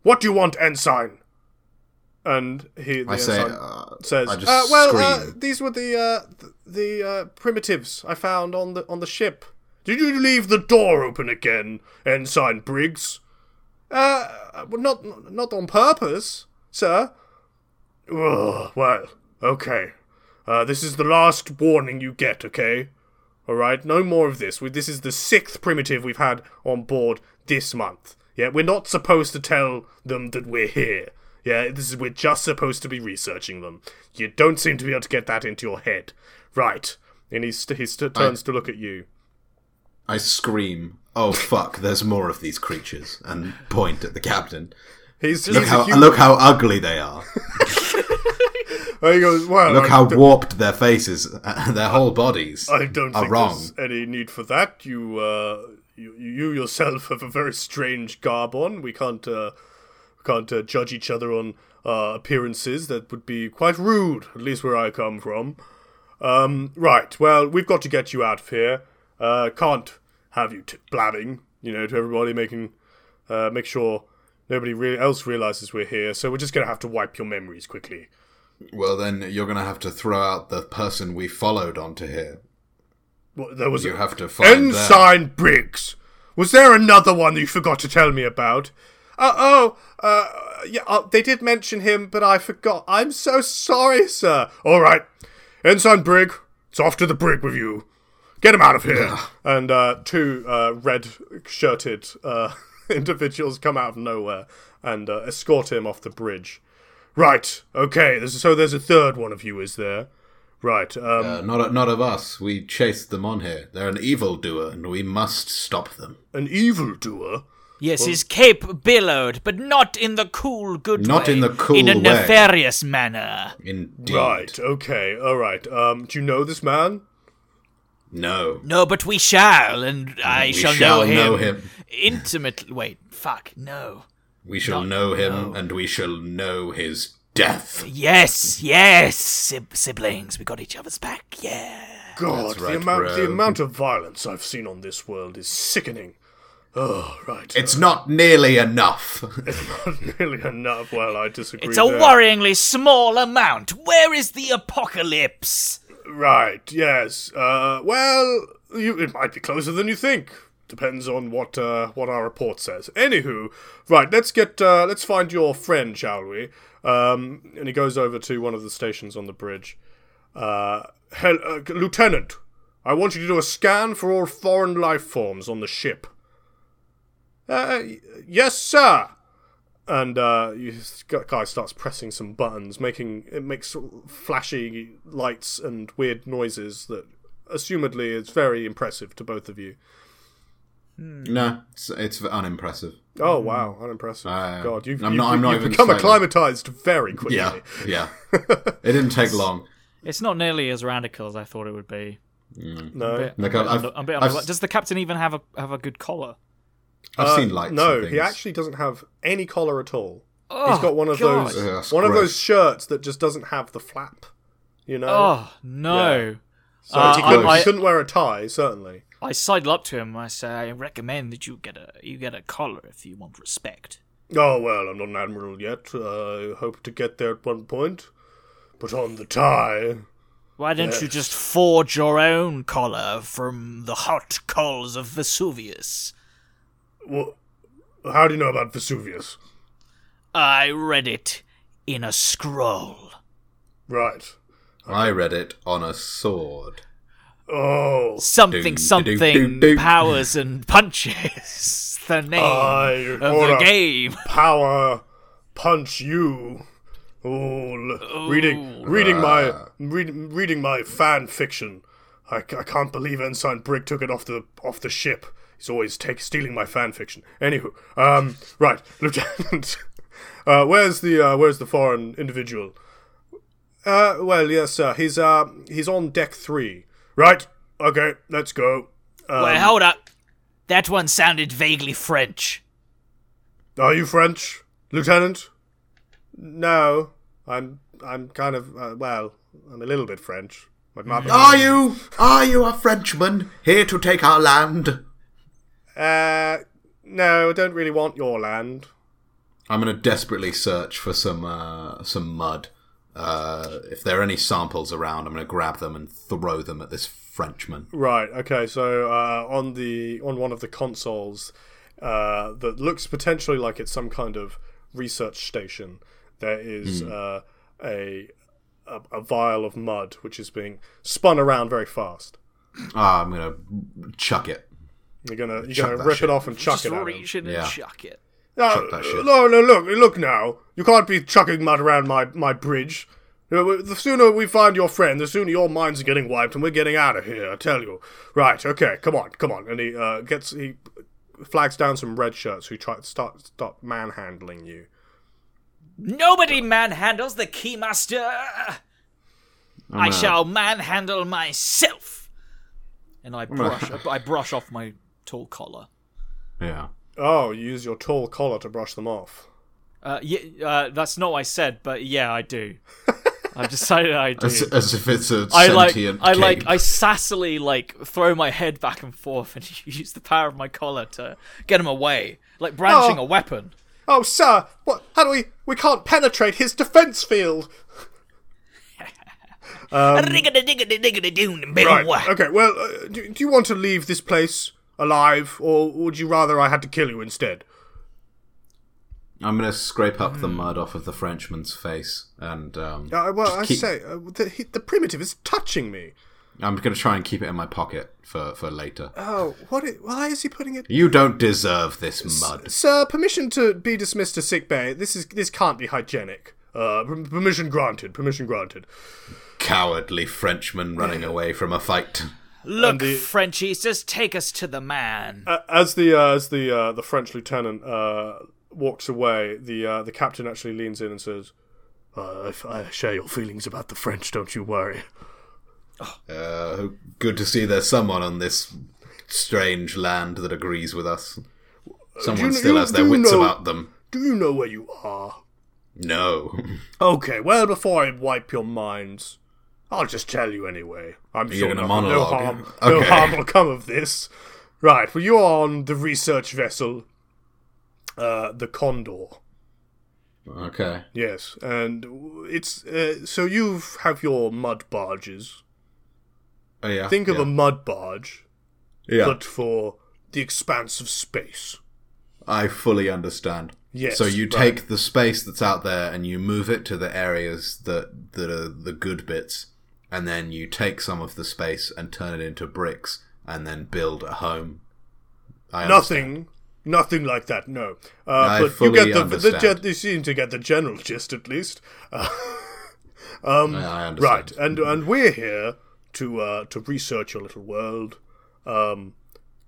Speaker 2: What do you want, ensign?" And he, the
Speaker 3: I say.
Speaker 2: ensign
Speaker 3: Uh,
Speaker 2: says,
Speaker 3: I just
Speaker 2: uh, "Well, uh,
Speaker 3: scream.
Speaker 2: these were the uh, th- the uh, primitives I found on the on the ship. Did you leave the door open again, Ensign Briggs? Uh, well, not not on purpose, sir. Ugh, well, okay. Uh, this is the last warning you get. Okay." All right, no more of this. We, this is the sixth primitive we've had on board this month. Yeah, we're not supposed to tell them that we're here. Yeah, this is we're just supposed to be researching them. You don't seem to be able to get that into your head, right? And he st- he st- turns to look at you.
Speaker 3: I scream. Oh fuck! There's more of these creatures, and point at the captain.
Speaker 2: He's,
Speaker 3: Look
Speaker 2: he's
Speaker 3: how
Speaker 2: a human.
Speaker 3: look how ugly they are.
Speaker 2: And Oh, he goes, well, (laughs)
Speaker 3: Look
Speaker 2: I
Speaker 3: how
Speaker 2: d-
Speaker 3: warped their faces, (laughs) their whole bodies
Speaker 2: I don't
Speaker 3: are
Speaker 2: think
Speaker 3: wrong.
Speaker 2: there's any need for that. You, uh, you, you yourself have a very strange garb on. We can't, uh, can't uh, judge each other on uh, appearances. That would be quite rude, at least where I come from. Um, right. Well, we've got to get you out of here. Uh, can't have you t- blabbing, you know, to everybody, making uh, make sure nobody re- else realizes we're here. So we're just gonna have to wipe your memories quickly.
Speaker 3: Well, then you're going to have to throw out the person we followed onto here.
Speaker 2: Well, there was
Speaker 3: You
Speaker 2: a-
Speaker 3: have to find them.
Speaker 2: Ensign Briggs. Was there another one that you forgot to tell me about? Uh, oh, uh, yeah, uh, they did mention him, but I forgot. I'm so sorry, sir. All right, Ensign Brig, it's off to the brig with you. Get him out of here. and uh, two uh, red-shirted uh, (laughs) individuals come out of nowhere and uh, escort him off the bridge. Right. Okay. there's- So there's a third one of you, is there? Right. Um,
Speaker 3: Uh, not not of us. We chased them on here. They're an evil doer, and we must stop them.
Speaker 2: An evildoer.
Speaker 4: Yes, his cape billowed, but not in the cool, good
Speaker 3: Not
Speaker 4: way.
Speaker 3: in the cool
Speaker 4: in a
Speaker 3: way.
Speaker 4: nefarious manner.
Speaker 3: Indeed.
Speaker 2: Right. Okay. All right. Um, do you know this man?
Speaker 3: No.
Speaker 4: No, but we shall, and I
Speaker 3: We
Speaker 4: shall,
Speaker 3: shall
Speaker 4: know, him
Speaker 3: know him.
Speaker 4: intimately. Wait, fuck, no.
Speaker 3: We shall know him, and we shall know his death.
Speaker 4: Yes, yes, sib- siblings, we got each other's back. Yeah.
Speaker 2: God, the
Speaker 3: right,
Speaker 2: amount the
Speaker 3: bro.
Speaker 2: amount of violence I've seen on this world is sickening. Oh, right.
Speaker 3: It's not nearly enough. (laughs)
Speaker 2: not (laughs) really enough. Well, I disagree.
Speaker 4: It's a
Speaker 2: there.
Speaker 4: worryingly small amount. Where is the apocalypse?
Speaker 2: Right. Yes. Uh, well, you, it might be closer than you think. Depends on what uh, what our report says. Anywho, right. Let's get uh, let's find your friend, shall we? Um, and he goes over to one of the stations on the bridge. Uh, hel- uh, Lieutenant, I want you to do a scan for all foreign life forms on the ship. Uh, y- yes, sir and uh, you, this guy starts pressing some buttons, making it makes flashy lights and weird noises that, assumedly, is very impressive to both of you.
Speaker 3: no, it's, it's unimpressive.
Speaker 2: Oh wow, unimpressive!
Speaker 3: Mm. Uh,
Speaker 2: God, you've,
Speaker 3: I'm
Speaker 2: you've,
Speaker 3: not- I'm not
Speaker 2: you've
Speaker 3: even
Speaker 2: become
Speaker 3: slightly-
Speaker 2: acclimatized very quickly.
Speaker 3: Yeah, yeah. it didn't take long.
Speaker 4: It's not nearly as radical as I thought it would be.
Speaker 2: No,
Speaker 3: Like I've, I've,
Speaker 4: I'm a bit
Speaker 3: I've-
Speaker 4: unreli- Does the captain even have a have a good collar?
Speaker 3: I've
Speaker 2: Uh,
Speaker 3: seen lights.
Speaker 2: No,
Speaker 3: and
Speaker 2: he
Speaker 3: things.
Speaker 2: actually doesn't have any collar at all.
Speaker 4: Oh,
Speaker 2: He's got one of
Speaker 4: God.
Speaker 2: those uh,
Speaker 3: Ugh, that's
Speaker 2: one of
Speaker 3: gross.
Speaker 2: those shirts that just doesn't have the flap. You know,
Speaker 4: Oh no!
Speaker 2: so
Speaker 4: uh,
Speaker 2: he, couldn't,
Speaker 4: I-
Speaker 2: he couldn't wear a tie certainly.
Speaker 4: I sidle up to him. and I say, I recommend that you get a you get a collar if you want respect.
Speaker 2: Oh, well, I'm not an admiral yet. Uh, I hope to get there at one point. But on the tie.
Speaker 4: Why don't you just forge your own collar from the hot coals of Vesuvius?
Speaker 2: Well, how do you know about Vesuvius?
Speaker 4: I read it in a scroll.
Speaker 2: Right.
Speaker 3: I read it on a sword.
Speaker 2: Oh,
Speaker 4: Something,
Speaker 3: Doo,
Speaker 4: something,
Speaker 3: doo, doo, doo.
Speaker 4: powers and punches. (laughs) the name
Speaker 2: I
Speaker 4: of the
Speaker 2: wanna-
Speaker 4: game. (laughs)
Speaker 2: power punch you. Oh, l- reading reading my read, reading my fan fiction. I, c- I can't believe Ensign Brig took it off the off the ship. He's always take, stealing my fan fiction. Anywho, um, right, (laughs) Lieutenant. Uh, where's the uh, where's the foreign individual? Uh, well, yes, sir. He's uh he's on deck three. Right. Okay, let's go. Um,
Speaker 4: Wait, hold up. That one sounded vaguely French.
Speaker 2: Are you French, Lieutenant? No, I'm. I'm kind of uh, well. I'm a little bit French. My mother.
Speaker 3: Are you? Are you a Frenchman here to take our land?
Speaker 2: Uh, no, I don't really want your land.
Speaker 3: I'm gonna desperately search for some uh, some mud. Uh, if there are any samples around, I'm gonna grab them and throw them at this Frenchman.
Speaker 2: Right. Okay. So uh, on the on one of the consoles uh, that looks potentially like it's some kind of research station, there
Speaker 3: Mm.
Speaker 2: is uh, a, a a vial of mud which is being spun around very fast.
Speaker 3: Ah, I'm gonna chuck it.
Speaker 2: You're gonna you're
Speaker 3: Chuck
Speaker 2: gonna
Speaker 3: that
Speaker 2: rip
Speaker 3: shit.
Speaker 2: it off and chuck
Speaker 4: Just
Speaker 2: it. At him.
Speaker 4: reach in and
Speaker 3: Yeah.
Speaker 4: chuck it.
Speaker 2: No,
Speaker 3: that shit.
Speaker 2: no, no, look, look now. You can't be chucking mud around my, my bridge. You know, The sooner we find your friend, the sooner your minds are getting wiped, and we're getting out of here. I tell you. Right? Okay, come on, come on. And he uh, gets he flags down some red shirts who try to start start manhandling you.
Speaker 4: Nobody manhandles the keymaster. I
Speaker 3: gonna-
Speaker 4: shall manhandle myself. And I brush, I brush off my tall collar.
Speaker 3: Yeah.
Speaker 2: Oh, you use your tall collar to brush them off.
Speaker 4: Uh, yeah, uh, that's not what I said, but yeah, I do. I've decided I do.
Speaker 3: As, as if it's a
Speaker 4: I like,
Speaker 3: sentient
Speaker 4: I
Speaker 3: cape.
Speaker 4: like, I sassily like throw my head back and forth and use the power of my collar to get him away, like branching
Speaker 2: Oh.
Speaker 4: a weapon.
Speaker 2: Oh, sir, what? How do we? We can't penetrate his defense field. Right.
Speaker 4: Right.
Speaker 2: Okay. Well, uh, do, do you want to leave this place alive, or would you rather I had to kill you instead?
Speaker 3: I'm gonna scrape up the mud off of the Frenchman's face, and um,
Speaker 2: Uh, well,
Speaker 3: just
Speaker 2: I
Speaker 3: keep-
Speaker 2: say uh, the, he, the primitive is touching me.
Speaker 3: I'm gonna try and keep it in my pocket for for later.
Speaker 2: Oh, what? i- why is he putting it?
Speaker 3: You don't deserve this mud.
Speaker 2: Sir, permission to be dismissed to sick bay. This is this can't be hygienic. Uh, per- permission granted. Permission granted.
Speaker 3: Cowardly Frenchman running away from a fight.
Speaker 4: Look,
Speaker 2: the-
Speaker 4: Frenchies, just take us to the man.
Speaker 2: Uh, as the uh, as the uh, the French lieutenant uh, walks away, the uh, the captain actually leans in and says, uh, I f- "I share your feelings about the French. Don't you worry."
Speaker 3: Uh, good to see there's someone on this strange land that agrees with us. Someone
Speaker 2: you-
Speaker 3: still
Speaker 2: you
Speaker 3: has their
Speaker 2: do
Speaker 3: wits
Speaker 2: know-
Speaker 3: about them.
Speaker 2: Do you know where you are?
Speaker 3: No. (laughs)
Speaker 2: Okay. Well, before I wipe your minds, I'll just tell you anyway. I'm sure
Speaker 3: You're gonna
Speaker 2: no, no
Speaker 3: monologue.
Speaker 2: harm, no
Speaker 3: Okay.
Speaker 2: harm will come of this. Right. Well, you're on the research vessel, uh, the Condor.
Speaker 3: okay.
Speaker 2: Yes, and w- it's uh, so you have your mud barges.
Speaker 3: Oh, yeah.
Speaker 2: Think of
Speaker 3: yeah.
Speaker 2: a mud barge,
Speaker 3: Yeah.
Speaker 2: but for the expanse of space.
Speaker 3: I fully understand.
Speaker 2: Yes,
Speaker 3: So you
Speaker 2: right.
Speaker 3: take the space that's out there and you move it to the areas that that are the good bits, and then you take some of the space and turn it into bricks, and then build a home. I understand.
Speaker 2: Nothing, nothing like that. No, uh,
Speaker 3: I
Speaker 2: but
Speaker 3: fully
Speaker 2: you get the, the
Speaker 3: understand.
Speaker 2: gen- you seem to get the general gist at least.
Speaker 3: I I understand.
Speaker 2: Right, and and we're here to uh, to research your little world, um,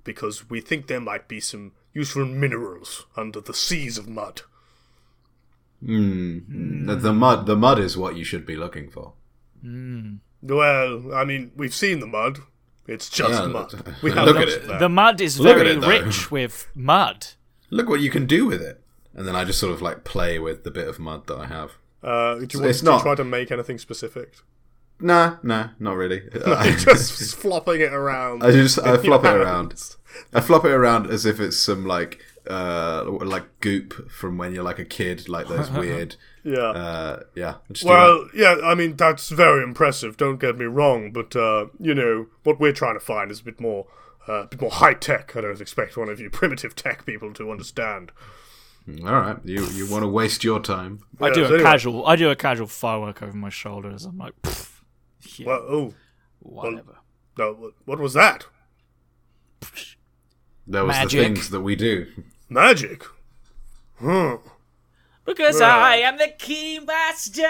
Speaker 2: because we think there might be some useful minerals under the seas of mud.
Speaker 3: The, the mud, the mud is what you should be looking for.
Speaker 2: Well, I mean, we've seen the mud. It's just
Speaker 3: Yeah, (laughs)
Speaker 2: mud.
Speaker 3: look-
Speaker 2: We have
Speaker 3: look
Speaker 2: lots
Speaker 3: at it.
Speaker 2: of that.
Speaker 4: The mud is
Speaker 3: Look at
Speaker 4: very
Speaker 3: it, though.
Speaker 4: rich with mud.
Speaker 3: Look what you can do with it. And then I just sort of like play with the bit of mud that I have.
Speaker 2: Uh, do you want
Speaker 3: it's
Speaker 2: to
Speaker 3: not- (laughs)
Speaker 2: try to make anything specific? (laughs)
Speaker 3: Nah, nah, not really. Uh, I
Speaker 2: just flopping it around.
Speaker 3: I just
Speaker 2: (laughs)
Speaker 3: I flop it
Speaker 2: Yeah.
Speaker 3: around. I flop it around as if it's some like uh like goop from when you're like a kid, like those weird
Speaker 2: yeah.
Speaker 3: uh yeah. I just do
Speaker 2: well, yeah, I mean that's very impressive. Don't get me wrong, but uh, you know what we're trying to find is a bit more, uh, a bit more high tech. I don't expect one of you (laughs) primitive tech people to understand.
Speaker 3: that. Mm, all right. You you want to waste your time?
Speaker 4: I do
Speaker 2: Yeah,
Speaker 4: a
Speaker 2: so anyway.
Speaker 4: casual. I do a casual firework over my shoulder as I'm like, "Pfft, yeah,
Speaker 2: Well, oh
Speaker 4: whatever.
Speaker 2: no, what- what was that?
Speaker 3: That was
Speaker 4: Magic.
Speaker 3: the things that we do.
Speaker 2: Magic? Hmm.
Speaker 4: Because
Speaker 2: Well.
Speaker 4: I am the keymaster.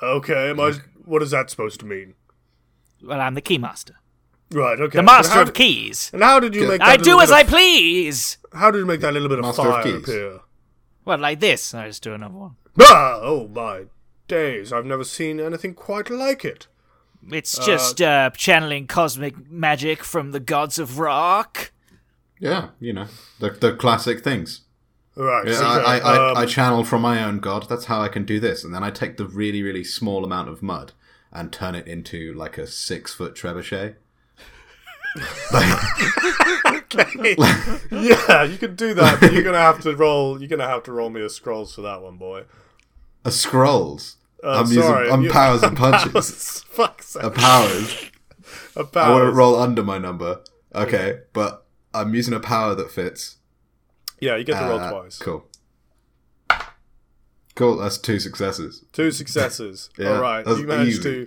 Speaker 2: Okay. Am I, what is that supposed to mean?
Speaker 4: Well, I'm the keymaster,
Speaker 2: Right. Okay.
Speaker 4: the
Speaker 2: but
Speaker 4: master
Speaker 2: how
Speaker 4: of
Speaker 2: did-
Speaker 4: keys.
Speaker 2: And how did you
Speaker 3: Good.
Speaker 2: make? That
Speaker 4: I do
Speaker 2: little
Speaker 4: as
Speaker 2: bit
Speaker 4: I
Speaker 2: of-
Speaker 4: please.
Speaker 2: How did you make that little bit of
Speaker 3: Master of
Speaker 2: fire
Speaker 3: keys.
Speaker 2: appear?
Speaker 4: Well, like this. I just do another one.
Speaker 2: Ah, oh my days! I've never seen anything quite like it.
Speaker 4: It's just uh, channeling cosmic magic from the gods of rock.
Speaker 3: Yeah, you know the the classic things.
Speaker 2: Right.
Speaker 3: Yeah,
Speaker 2: okay,
Speaker 3: I, I,
Speaker 2: um,
Speaker 3: I, I channel from my own god. That's how I can do this. And then I take the really really small amount of mud and turn it into like a six foot trebuchet.
Speaker 2: (laughs) yeah, you can do that, but you're gonna have to roll. You're gonna have to roll me the scrolls for that one, boy. (laughs)
Speaker 3: A scrolls.
Speaker 2: Uh,
Speaker 3: I'm using
Speaker 2: sorry,
Speaker 3: I'm
Speaker 2: you-
Speaker 3: powers and punches.
Speaker 2: (laughs) Fuck's sake.
Speaker 3: A powers.
Speaker 2: A
Speaker 3: I want to
Speaker 2: powers.
Speaker 3: roll under my number. Okay, but I'm using a power that fits.
Speaker 2: Yeah, you get to roll
Speaker 3: Uh,
Speaker 2: twice.
Speaker 3: Cool. Cool. That's two successes.
Speaker 2: Two successes.
Speaker 3: (laughs) Yeah,
Speaker 2: All right,
Speaker 3: that's
Speaker 2: you managed to
Speaker 3: easy.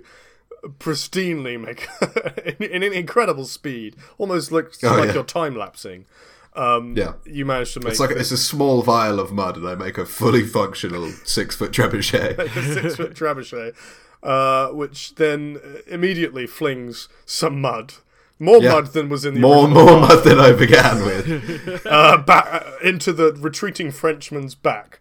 Speaker 2: pristinely make (laughs) in, in an incredible speed, almost looks
Speaker 3: Oh,
Speaker 2: like
Speaker 3: yeah.
Speaker 2: you're time lapsing. Um,
Speaker 3: Yeah.
Speaker 2: you managed to make
Speaker 3: It's like it's a small vial of mud, and I make a fully functional six
Speaker 2: (laughs)
Speaker 3: foot trebuchet.
Speaker 2: a six
Speaker 3: (laughs)
Speaker 2: foot trebuchet, uh, which then immediately flings some mud. More
Speaker 3: Yeah.
Speaker 2: mud than was in the
Speaker 3: More
Speaker 2: original
Speaker 3: more mud than I
Speaker 2: (laughs)
Speaker 3: began with.
Speaker 2: uh, back, uh, into the retreating Frenchman's back.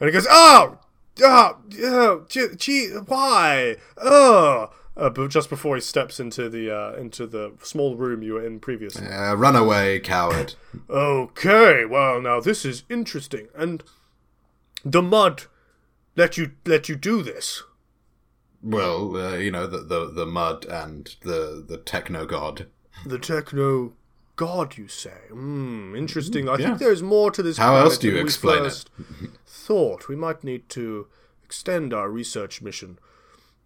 Speaker 2: And he goes, Oh! Oh, oh gee, gee, why? Oh! Uh, but just before he steps into the uh, into the small room you were in previously.
Speaker 3: Uh, run away, coward.
Speaker 2: Okay, well now this is interesting. And the mud let you let you do this.
Speaker 3: Well, uh, you know the, the the mud and the the techno god.
Speaker 2: The techno god, you say? Hmm, interesting. I
Speaker 3: Yeah.
Speaker 2: think there's more to this.
Speaker 3: How
Speaker 2: planet
Speaker 3: else do you
Speaker 2: than we
Speaker 3: explain it?
Speaker 2: first thought we might need to extend our research mission.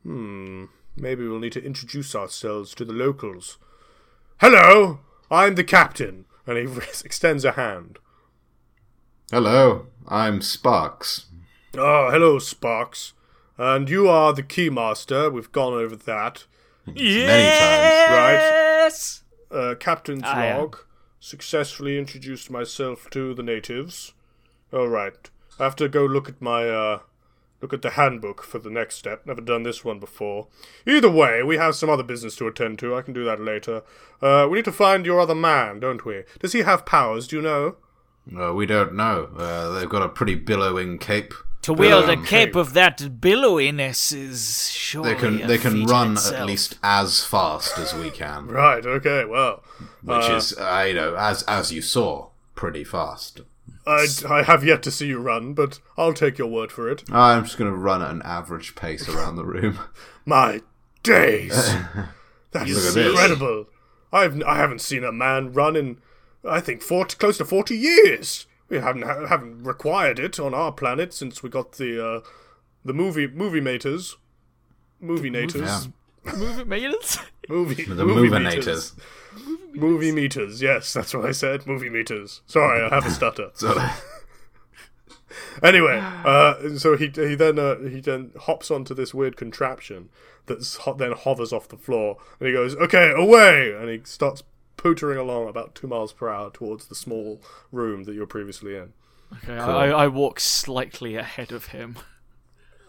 Speaker 2: Hmm, maybe we'll need to introduce ourselves to the locals. Hello, I'm the captain, and he (laughs) extends a hand.
Speaker 3: Hello, I'm Sparks.
Speaker 2: Oh, hello, Sparks, and you are the keymaster. We've gone over that.
Speaker 4: Yes.
Speaker 2: uh, Captain's
Speaker 4: I am.
Speaker 2: log. Successfully introduced myself to the natives. All right, I have to go look at my uh, look at the handbook for the next step. Never done this one before. Either way, we have some other business to attend to. I can do that later. Uh, we need to find your other man, don't we? Does he have powers? Do you know?
Speaker 3: Uh, we don't know. Uh, they've got a pretty billowing cape.
Speaker 4: To wield a
Speaker 3: Um,
Speaker 4: cape of that billowiness is surely
Speaker 3: They can
Speaker 4: a
Speaker 3: they
Speaker 4: feat
Speaker 3: can
Speaker 4: in
Speaker 3: run
Speaker 4: itself.
Speaker 3: at least as fast as we
Speaker 2: (laughs)
Speaker 3: can,
Speaker 2: Right. Okay. Well,
Speaker 3: which is uh, you know as as you saw pretty fast.
Speaker 2: I, I have yet to see you run, but I'll take your word for it.
Speaker 3: I'm just going to run at an average pace around the
Speaker 2: (laughs)
Speaker 3: room.
Speaker 2: My
Speaker 3: (laughs)
Speaker 2: days. That
Speaker 3: Look at
Speaker 2: is
Speaker 3: this.
Speaker 2: incredible. I've I haven't seen a man run in I think 40, close to forty years. We haven't ha- haven't required it on our planet since we got the uh, the movie movie maters, movie
Speaker 3: Yeah.
Speaker 2: naters,
Speaker 4: Move it,
Speaker 2: (laughs)
Speaker 4: maintenance.
Speaker 2: movie
Speaker 3: The
Speaker 2: movie
Speaker 3: (laughs) Movinators.
Speaker 2: movie meters. Yes, that's what I said. Movie meters. Sorry, I have a stutter.
Speaker 3: So,
Speaker 2: Anyway, uh, so he he then uh, he then hops onto this weird contraption that's ho- then hovers off the floor, and he goes, "Okay, away!" And he starts pootering along about two miles per hour towards the small room that you were previously in.
Speaker 4: Okay, I, I walk slightly ahead of
Speaker 2: (laughs)
Speaker 4: him.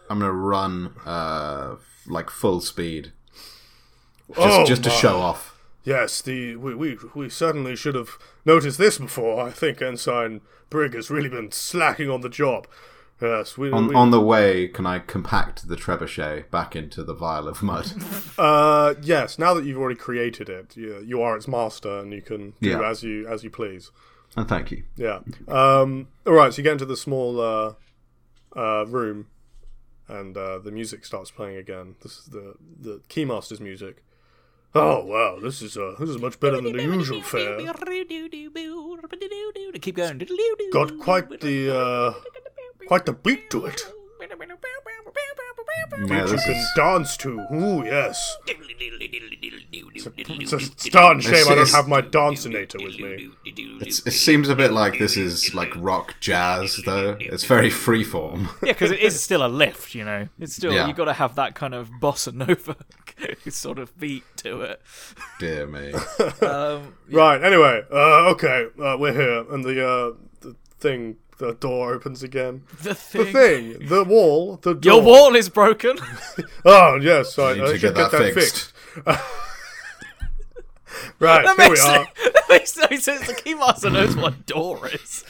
Speaker 3: I'm going to run uh, f- like full speed, just,
Speaker 2: Oh,
Speaker 3: just to
Speaker 2: my.
Speaker 3: show off.
Speaker 2: Yes, the we, we we certainly should have noticed this before. I think Ensign Brig has really been slacking on the job. Yes, we,
Speaker 3: On,
Speaker 2: we
Speaker 3: on the way, can I compact the trebuchet back into the vial
Speaker 2: (laughs)
Speaker 3: of mud?
Speaker 2: uh yes. Now that you've already created it, you, you are its master, and you can do
Speaker 3: Yeah.
Speaker 2: as you as you please.
Speaker 3: and thank you.
Speaker 2: Yeah. Um, all right. So you get into the small uh, uh, room, and uh, the music starts playing again. This is the the Keymaster's music. Oh wow, this is uh, this is much better than the usual fare.
Speaker 4: Keep going.
Speaker 2: Got quite the uh, quite the beat to it.
Speaker 3: Yeah,
Speaker 2: That you
Speaker 3: this
Speaker 2: can
Speaker 3: is,
Speaker 2: dance to. Ooh yes. It's a darn shame I don't have my dancinator with me.
Speaker 3: it's, it seems a bit like this is like rock jazz, though. It's very (laughs) freeform.
Speaker 4: Yeah, because it
Speaker 2: (laughs)
Speaker 4: is still a lift, you know. It's still
Speaker 3: Yeah.
Speaker 4: you got to have that kind of bossa nova (laughs) sort of beat to it.
Speaker 3: Dear (laughs) me.
Speaker 4: Um,
Speaker 2: Right. Anyway, uh, okay, uh, we're here, and the uh, the thing, the door opens again.
Speaker 4: the
Speaker 2: The
Speaker 4: thing,
Speaker 2: thing, the wall, the door.
Speaker 4: your wall is
Speaker 2: (laughs)
Speaker 4: broken.
Speaker 2: Oh yes, I,
Speaker 3: need
Speaker 2: I
Speaker 3: to
Speaker 2: should
Speaker 3: get that
Speaker 2: fixed.
Speaker 3: fixed.
Speaker 4: (laughs)
Speaker 2: right
Speaker 4: That
Speaker 2: here we
Speaker 4: makes, no,
Speaker 2: are.
Speaker 4: that makes no sense. The keymaster knows what a door
Speaker 3: (laughs)
Speaker 4: is.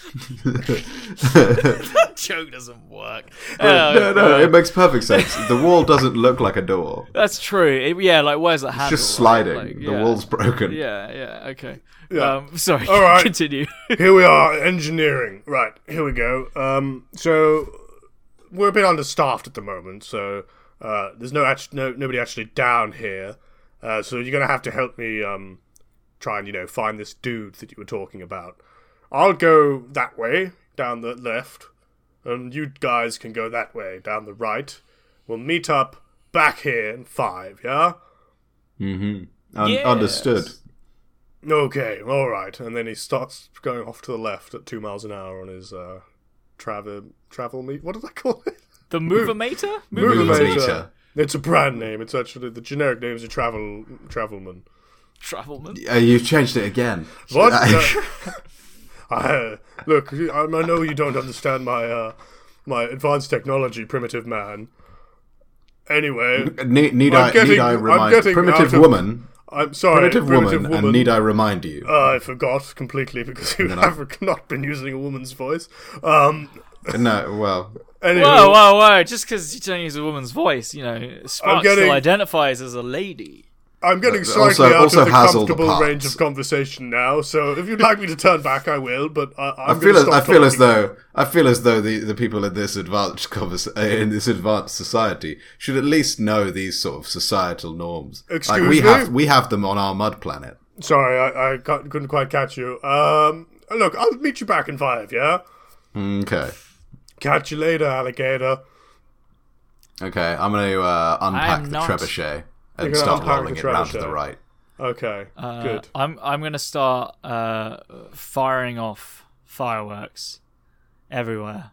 Speaker 4: that joke doesn't work. Uh,
Speaker 3: (laughs) no, no, it makes perfect sense. The wall doesn't look like a door.
Speaker 4: that's true. It- yeah, like where's the handle?
Speaker 3: It's just sliding.
Speaker 4: Like,
Speaker 3: The
Speaker 4: yeah.
Speaker 3: wall's broken.
Speaker 4: Yeah, yeah, okay.
Speaker 2: Yeah.
Speaker 4: Um, sorry.
Speaker 2: All right.
Speaker 4: (laughs) Continue.
Speaker 2: Here we are, engineering. Right here we go. Um, so we're a bit understaffed at the moment, so uh, there's no, act- no nobody actually down here. Uh, so you're gonna have to help me um, try and you know find this dude that you were talking about. I'll go that way down the left, and you guys can go that way down the right. We'll meet up back here in five. Yeah.
Speaker 3: Mm-hmm. Un-
Speaker 4: Yes.
Speaker 3: Understood.
Speaker 2: Okay, all right. And then he starts going off to the left at two miles an hour on his uh, travel travel meet. What did I call
Speaker 3: (laughs)
Speaker 2: it?
Speaker 4: The mover mater.
Speaker 3: Mover-mater.
Speaker 2: It's a brand name. It's actually the generic name is a travel
Speaker 3: (laughs)
Speaker 2: travelman.
Speaker 4: Travelman.
Speaker 3: Uh, you've changed it again.
Speaker 2: What?
Speaker 3: (laughs) I-
Speaker 2: I, look, I, I know you don't understand my uh, my advanced technology, primitive man. Anyway,
Speaker 3: need, need,
Speaker 2: I'm
Speaker 3: I, need
Speaker 2: getting-
Speaker 3: I
Speaker 2: I'm
Speaker 3: remind
Speaker 2: getting
Speaker 3: primitive
Speaker 2: out of-
Speaker 3: woman,
Speaker 2: I'm sorry,
Speaker 3: primitive, woman, and need I remind you?
Speaker 2: uh, I forgot completely because you have (laughs) not been using a woman's voice. Um,
Speaker 3: no, well,
Speaker 2: anyway,
Speaker 4: Whoa, whoa, whoa! Just because you don't use a woman's voice, you know, Spark
Speaker 2: getting-
Speaker 4: still identifies as a lady.
Speaker 2: I'm getting
Speaker 3: But
Speaker 2: slightly
Speaker 3: Uh, also-
Speaker 2: out
Speaker 3: also
Speaker 2: of the
Speaker 3: has all the
Speaker 2: comfortable
Speaker 3: parts.
Speaker 2: range of conversation now, so if you'd like me to turn back, I will. But I,
Speaker 3: I
Speaker 2: I'm
Speaker 3: feel
Speaker 2: gonna
Speaker 3: as I
Speaker 2: stop
Speaker 3: feel as
Speaker 2: talking.
Speaker 3: though I feel as though the, the people in this advanced convers- uh, in this advanced society should at least know these sort of societal norms. like
Speaker 2: Excuse me?
Speaker 3: we have we have them on our mud planet.
Speaker 2: Sorry, I, I ca- couldn't quite catch you. Um, look, I'll meet you back in five. Yeah,
Speaker 3: Mm, Okay,
Speaker 2: catch you later, alligator.
Speaker 3: okay, I'm going to uh, unpack the
Speaker 4: not-
Speaker 3: trebuchet and
Speaker 2: gonna
Speaker 3: start
Speaker 2: unpack
Speaker 3: rolling
Speaker 2: the
Speaker 3: it round to
Speaker 2: trebuchet.
Speaker 3: the right.
Speaker 2: Okay,
Speaker 4: Uh,
Speaker 2: good.
Speaker 4: I'm I'm gonna start uh, firing off fireworks everywhere.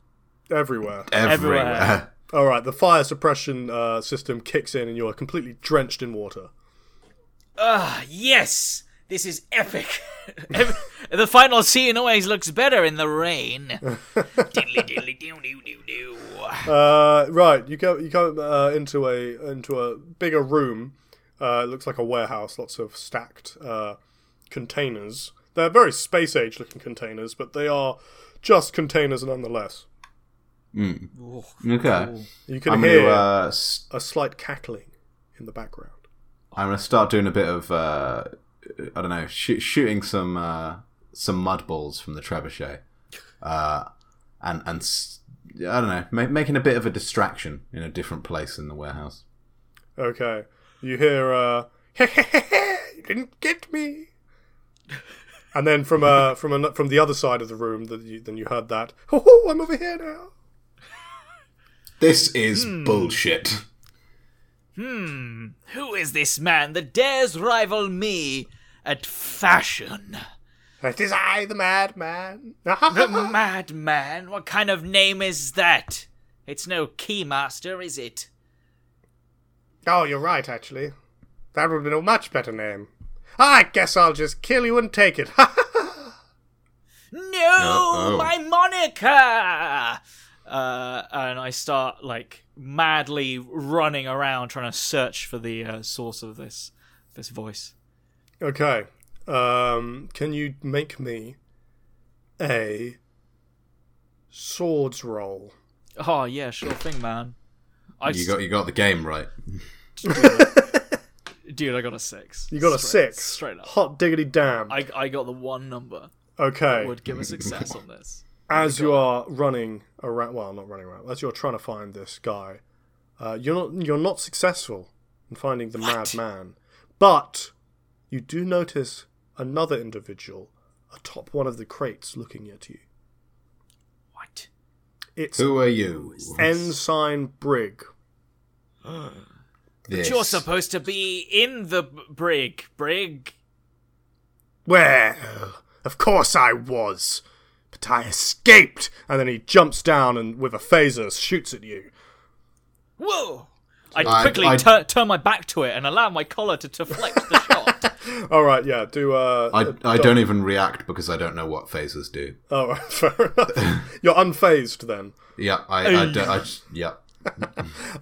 Speaker 2: Everywhere.
Speaker 4: Everywhere.
Speaker 3: (laughs) Everywhere.
Speaker 2: All right, the fire suppression uh, system kicks in, and you are completely drenched in water.
Speaker 4: Ah, yes, this is epic. (laughs) Ev- the final scene always looks better in the rain. (laughs) Diddly-diddly-doo-doo-doo-doo.
Speaker 2: Uh, right, you go you go uh, into a into a bigger room. Uh, it looks like a warehouse. Lots of stacked uh, containers. They're very space age looking containers, but they are just containers nonetheless.
Speaker 3: Mm. Okay,
Speaker 2: You can
Speaker 3: I'm going
Speaker 2: hear
Speaker 3: to uh, s-
Speaker 2: a slight cackling in the background.
Speaker 3: I'm gonna start doing a bit of uh, I don't know, shoo- shooting some uh, some mud balls from the trebuchet, uh, and and s- I don't know, ma- making a bit of a distraction in a different place in the warehouse.
Speaker 2: Okay, you hear uh, (laughs) you didn't get me. And then from uh, from an, from the other side of the room, that you, then you heard that. (laughs) Oh, I'm over here now.
Speaker 3: This is bullshit.
Speaker 4: Hmm, Who is this man that dares rival me at (laughs) fashion?
Speaker 2: It is I,
Speaker 4: (laughs)
Speaker 2: the madman.
Speaker 4: The madman? What kind of name is that? It's no keymaster, is it?
Speaker 2: Oh, you're right, actually. That would have been a much better name. I guess I'll just kill you and take it. (laughs)
Speaker 4: No,
Speaker 3: No, oh.
Speaker 4: my Monica! Uh, and I start like madly running around trying to search for the uh, source of this this voice.
Speaker 2: okay. Um, can you make me a swords roll?
Speaker 4: Oh yeah, sure thing, man. I
Speaker 3: You
Speaker 4: s-
Speaker 3: got you got the game right.
Speaker 4: dude, I got a six.
Speaker 2: You got a
Speaker 4: Straight-
Speaker 2: six.
Speaker 4: Straight up.
Speaker 2: Hot diggity damn.
Speaker 4: I I got the one number
Speaker 2: okay.
Speaker 4: would give a success on this.
Speaker 2: as you are running around, well, not running around, as you're trying to find this guy, Uh, you're not you're not successful in finding the madman, but you do notice another individual atop one of the crates looking at you.
Speaker 4: What?
Speaker 2: It's
Speaker 3: Who are you?
Speaker 2: Eh, Ensign Brig.
Speaker 3: This.
Speaker 4: You're supposed to be in the b- brig, brig.
Speaker 2: Well, of course I was, but I escaped. And then he jumps down and with a phaser shoots at you.
Speaker 4: Whoa! I
Speaker 3: I-
Speaker 4: quickly
Speaker 3: I-
Speaker 4: tur- turn my back to it and allow my collar to deflect the
Speaker 3: (laughs)
Speaker 4: shot.
Speaker 2: All right, yeah. Do uh,
Speaker 3: I, I don't even react because I don't know what phasers do.
Speaker 2: all right, (laughs) fair enough. You're unfazed then.
Speaker 3: Yeah, I, I, don't- I just- yeah.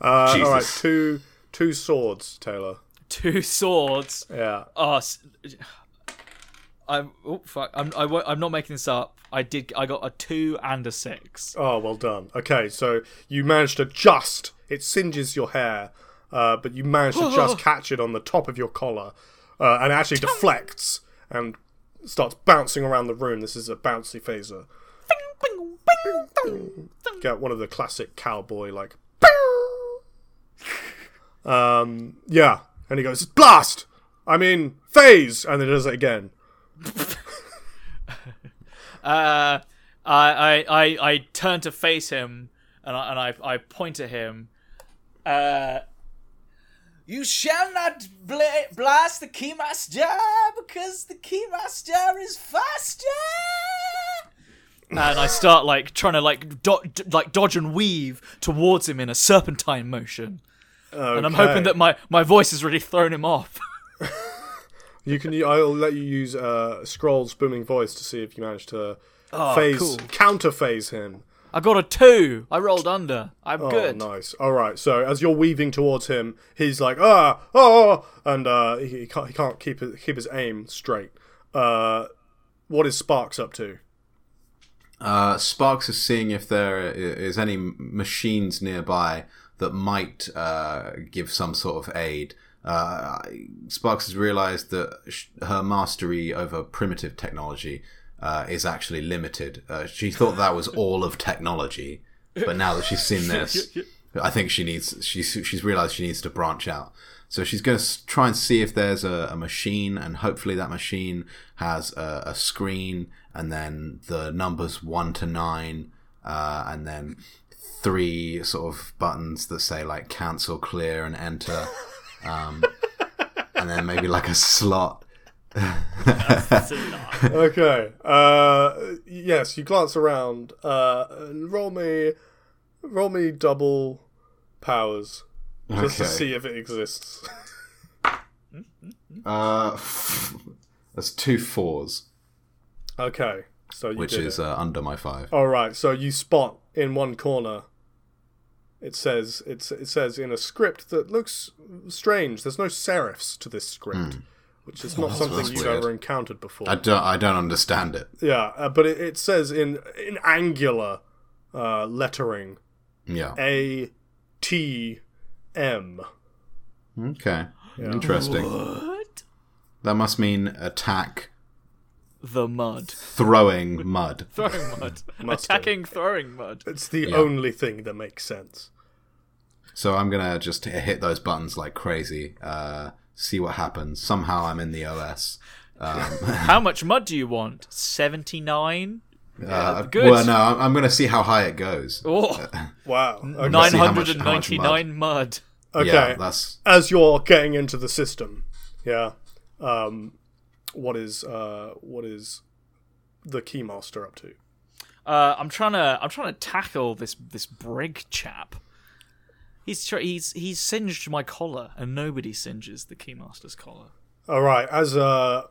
Speaker 2: Uh,
Speaker 3: Jesus.
Speaker 2: All right, two two swords, Taylor.
Speaker 4: Two swords.
Speaker 2: Yeah.
Speaker 4: Oh, s- I'm. Oh fuck! I'm. I won't, I'm not making this up. I did. I got a two and a six.
Speaker 2: Oh, well done. Okay, so you managed to just it singes your hair, uh, but you managed to just catch it on the top of your collar, uh, and it actually deflects and starts bouncing around the room. This is a bouncy phaser. Get one of the classic cowboy like. (laughs) um. Yeah, and he goes blast. I mean phase, and then he does it again.
Speaker 4: Uh, I, I, I, I turn to face him and I, and I, I point at him. Uh, you shall not bla- blast the keymaster because the keymaster is faster. And I start like trying to like do- d- like dodge and weave towards him in a serpentine motion. And I'm hoping
Speaker 2: Okay.
Speaker 4: that my, my voice has really thrown him off. (laughs)
Speaker 2: You can. I'll let you use uh, scroll's booming voice to see if you manage to phase
Speaker 4: Ah, cool.
Speaker 2: counter phase him.
Speaker 4: I got a two. I rolled under. I'm
Speaker 2: Oh,
Speaker 4: good.
Speaker 2: nice. All right. So as you're weaving towards him, he's like ah oh, and uh, he, he can't he can't keep his, keep his aim straight. Uh, what is Sparks up
Speaker 3: (laughs)
Speaker 2: to?
Speaker 3: Uh, Sparks is seeing if there i- is any m- machines nearby that might uh, give some sort of aid. Uh, I- Sparks has realized that sh- her mastery over primitive technology uh, is actually limited. Uh, she thought that was all of technology, but now that she's
Speaker 2: (laughs)
Speaker 3: seen this, I think she needs she's she's realized she needs to branch out. So she's going to try and see if there's a, a machine, and hopefully that machine has a, a screen, and then the numbers one to nine, uh, and then three sort of buttons that say like cancel, clear, and enter, um, and then maybe like a slot.
Speaker 2: okay. Uh, yes. You glance around. Uh, and roll me, roll me double powers just to
Speaker 3: Okay.
Speaker 2: see if it exists. (laughs)
Speaker 3: Uh, that's two fours,
Speaker 2: okay. So you
Speaker 3: which
Speaker 2: did
Speaker 3: is
Speaker 2: it.
Speaker 3: uh, under my five.
Speaker 2: All right, so you spot in one corner. It says it's it says in a script that looks strange. There's no serifs to this script, which is not something
Speaker 3: Hmm. Oh, that's
Speaker 2: you've
Speaker 3: weird.
Speaker 2: ever encountered before.
Speaker 3: I don't, I don't understand it.
Speaker 2: yeah, uh, but it, it says in in angular uh, lettering
Speaker 3: Yeah.
Speaker 4: Eh.
Speaker 2: A T M.
Speaker 3: Okay. Interesting.
Speaker 4: What?
Speaker 3: That must mean attack
Speaker 4: The mud.
Speaker 3: throwing mud.
Speaker 4: Throwing mud.
Speaker 3: (laughs)
Speaker 2: Must do.
Speaker 4: Attacking throwing mud.
Speaker 2: It's the only thing that makes sense.
Speaker 3: So I'm gonna just h- hit those buttons like crazy. Uh, see what happens. Somehow I'm in the OS.
Speaker 4: How much mud do you want? 79?
Speaker 3: Uh,
Speaker 4: good.
Speaker 3: Well, no, I'm, I'm gonna see how high it goes.
Speaker 4: Oh,
Speaker 2: Wow. Okay.
Speaker 3: see how much- how much
Speaker 4: 999 mud.
Speaker 2: okay.
Speaker 3: Yeah, that's
Speaker 2: as you're getting into the system, yeah, um, what is uh, what is the keymaster up to?
Speaker 4: Uh, I'm trying to I'm trying to tackle this this brig chap. He's tr- he's he's singed my collar and nobody singes the keymaster's collar.
Speaker 2: All right, as uh,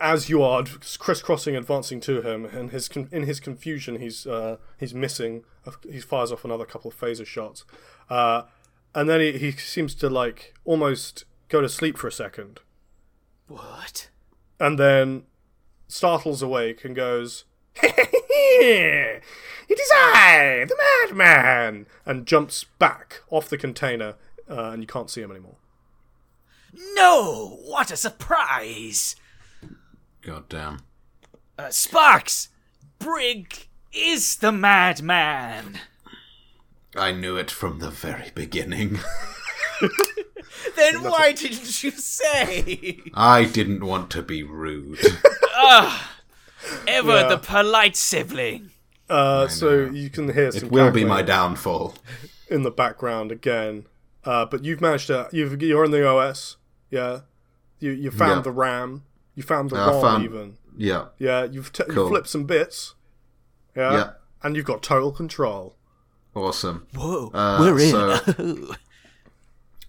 Speaker 2: as you are crisscrossing, advancing to him, and his con- in his confusion, he's uh, he's missing. uh, He fires off another couple of phaser shots, uh, and then he, he seems to like almost go to sleep for a second,
Speaker 4: What?
Speaker 2: and then startles awake and goes, "It is I, the madman!" and jumps back off the container, uh, and you can't see him anymore.
Speaker 4: No! What a surprise!
Speaker 3: goddamn.
Speaker 4: Uh, Sparks! Brig is the madman.
Speaker 3: I knew it from the very beginning. (laughs)
Speaker 6: Then why didn't you say?
Speaker 3: I didn't want to
Speaker 4: (laughs)
Speaker 3: be rude.
Speaker 4: Ever
Speaker 2: Yeah.
Speaker 4: the polite sibling.
Speaker 2: Uh, so you can hear some
Speaker 3: It will be
Speaker 2: cackling
Speaker 3: my downfall.
Speaker 2: in the background again. Uh, but you've managed to you've you're in the OS. Yeah, you you found
Speaker 3: Yeah.
Speaker 2: the RAM. You found the
Speaker 3: I
Speaker 2: ROM
Speaker 3: found-
Speaker 2: even.
Speaker 3: Yeah.
Speaker 2: Yeah, you've t-
Speaker 3: Cool.
Speaker 2: you flipped some bits. Yeah?
Speaker 3: Yeah.
Speaker 2: and you've got total control.
Speaker 3: Awesome.
Speaker 6: Whoa,
Speaker 3: Uh,
Speaker 6: we're in. (laughs)
Speaker 3: so-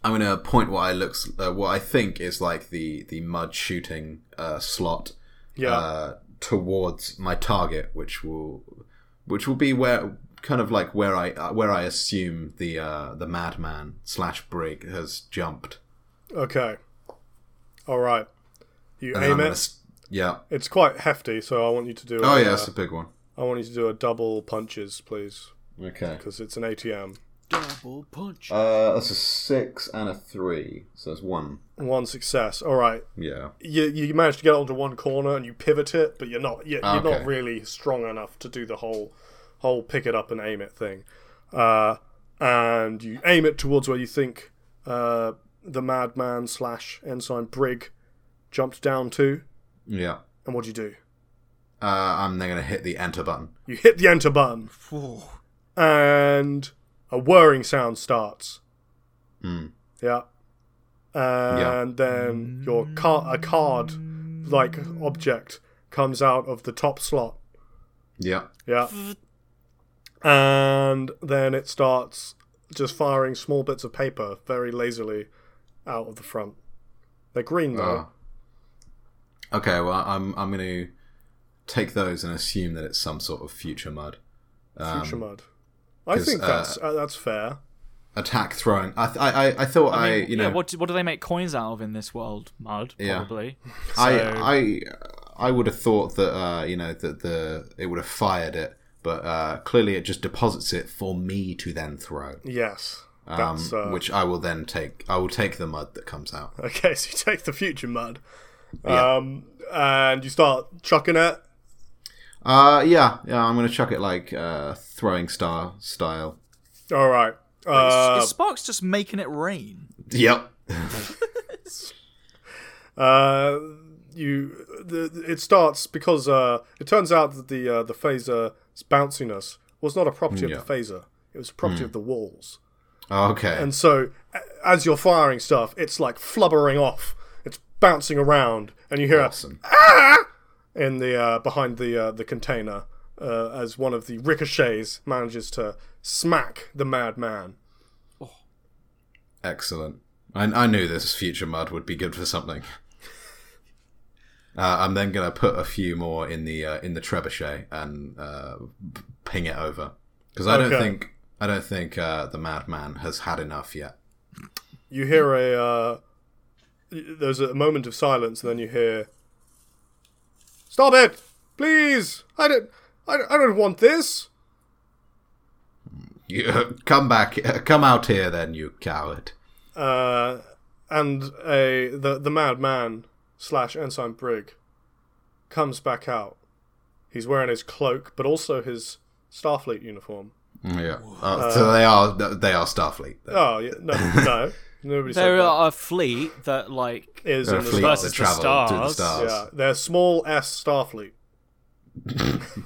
Speaker 3: I'm gonna point what I looks uh, what I think is like the the mud shooting uh, slot
Speaker 2: Yeah,
Speaker 3: uh, towards my target, which will which will be where kind of like where I uh, where I assume the uh, the madman slash brig has jumped.
Speaker 2: okay, all right. You
Speaker 3: And then
Speaker 2: aim
Speaker 3: I'm
Speaker 2: it.
Speaker 3: gonna s- yeah.
Speaker 2: It's quite hefty, so I want you to do.
Speaker 3: Oh
Speaker 2: a,
Speaker 3: yeah, it's
Speaker 2: uh,
Speaker 3: a big one.
Speaker 2: I want you to do a double punches, please,
Speaker 3: Okay.
Speaker 2: because it's an ATM.
Speaker 6: double punch.
Speaker 3: Uh, that's a six and a three, so that's one.
Speaker 2: One success. All right.
Speaker 3: Yeah.
Speaker 2: you you manage to get onto one corner and you pivot it, but you're not you're, you're
Speaker 3: Okay.
Speaker 2: not really strong enough to do the whole whole pick it up and aim it thing. Uh, and you aim it towards where you think uh, the madman slash ensign brig jumped down to.
Speaker 3: Yeah.
Speaker 2: And what do you do?
Speaker 3: Uh, I'm then gonna hit the enter button.
Speaker 2: You hit the enter button,
Speaker 6: Whoa.
Speaker 2: and a whirring sound starts.
Speaker 3: Hmm.
Speaker 2: Yeah. And then your car a card like object comes out of the top slot.
Speaker 3: Yeah.
Speaker 2: Yeah. And then it starts just firing small bits of paper very lazily out of the front. They're green though.
Speaker 3: Oh. Okay, well, I'm I'm going to take those and assume that it's some sort of future mud. Um,
Speaker 2: Future mud. I
Speaker 3: 'cause,
Speaker 2: think
Speaker 3: uh,
Speaker 2: that's uh, that's fair.
Speaker 3: Attack throwing. I th- I, I I thought I,
Speaker 4: mean,
Speaker 3: you
Speaker 4: yeah,
Speaker 3: know
Speaker 4: what do, what do they make coins out of in this world? Mud,
Speaker 3: Yeah.
Speaker 4: probably.
Speaker 3: I I I would have thought that uh, you know that the it would have fired it, but uh, clearly it just deposits it for me to then throw.
Speaker 2: Yes.
Speaker 3: Um,
Speaker 2: That's uh,
Speaker 3: which I will then take. I will take the mud that comes out.
Speaker 2: (laughs) Okay, so you take the future mud.
Speaker 3: Yeah.
Speaker 2: Um and you start chucking it.
Speaker 3: Uh, yeah, yeah. I'm gonna chuck it like uh, throwing star style.
Speaker 2: All right. Uh,
Speaker 4: Is Sparks just making it rain?
Speaker 3: Yep.
Speaker 2: Uh, you the, the- it starts because uh, it turns out that the uh, the phaser's bounciness was not a property
Speaker 3: Yeah.
Speaker 2: of the phaser. It was a property of the walls.
Speaker 3: (laughs) Okay.
Speaker 2: And so a- as you're firing stuff, it's like flubbering off. It's bouncing around, and you hear a
Speaker 3: awesome.
Speaker 2: in the uh, behind the uh, the container uh, as one of the ricochets manages to smack the madman.
Speaker 3: Excellent. I, I knew this future mud would be good for something. Uh, I'm then gonna put a few more in the uh, in the trebuchet and uh, p- ping it over because I
Speaker 2: Okay.
Speaker 3: don't think I don't think uh, the madman has had enough yet.
Speaker 2: You hear a uh, there's a moment of silence, and then you hear, "Stop it, please! I don't, I don't, I don't want this."
Speaker 3: You, (laughs) come back, come out here, then you coward.
Speaker 2: Uh, and a the the madman slash ensign brig comes back out. He's wearing his cloak, but also his starfleet uniform.
Speaker 3: Yeah. Uh, so they are they are Starfleet.
Speaker 2: Oh yeah,
Speaker 3: (laughs)
Speaker 2: no, no, nobody said
Speaker 4: There
Speaker 2: that.
Speaker 4: are a fleet that, like,
Speaker 2: Is
Speaker 3: They're
Speaker 2: in
Speaker 3: a
Speaker 2: the
Speaker 3: fleet
Speaker 2: Star-
Speaker 4: versus
Speaker 3: that
Speaker 4: the
Speaker 3: travel to the
Speaker 4: stars.
Speaker 3: stars.
Speaker 2: yeah, they're small s starfleet.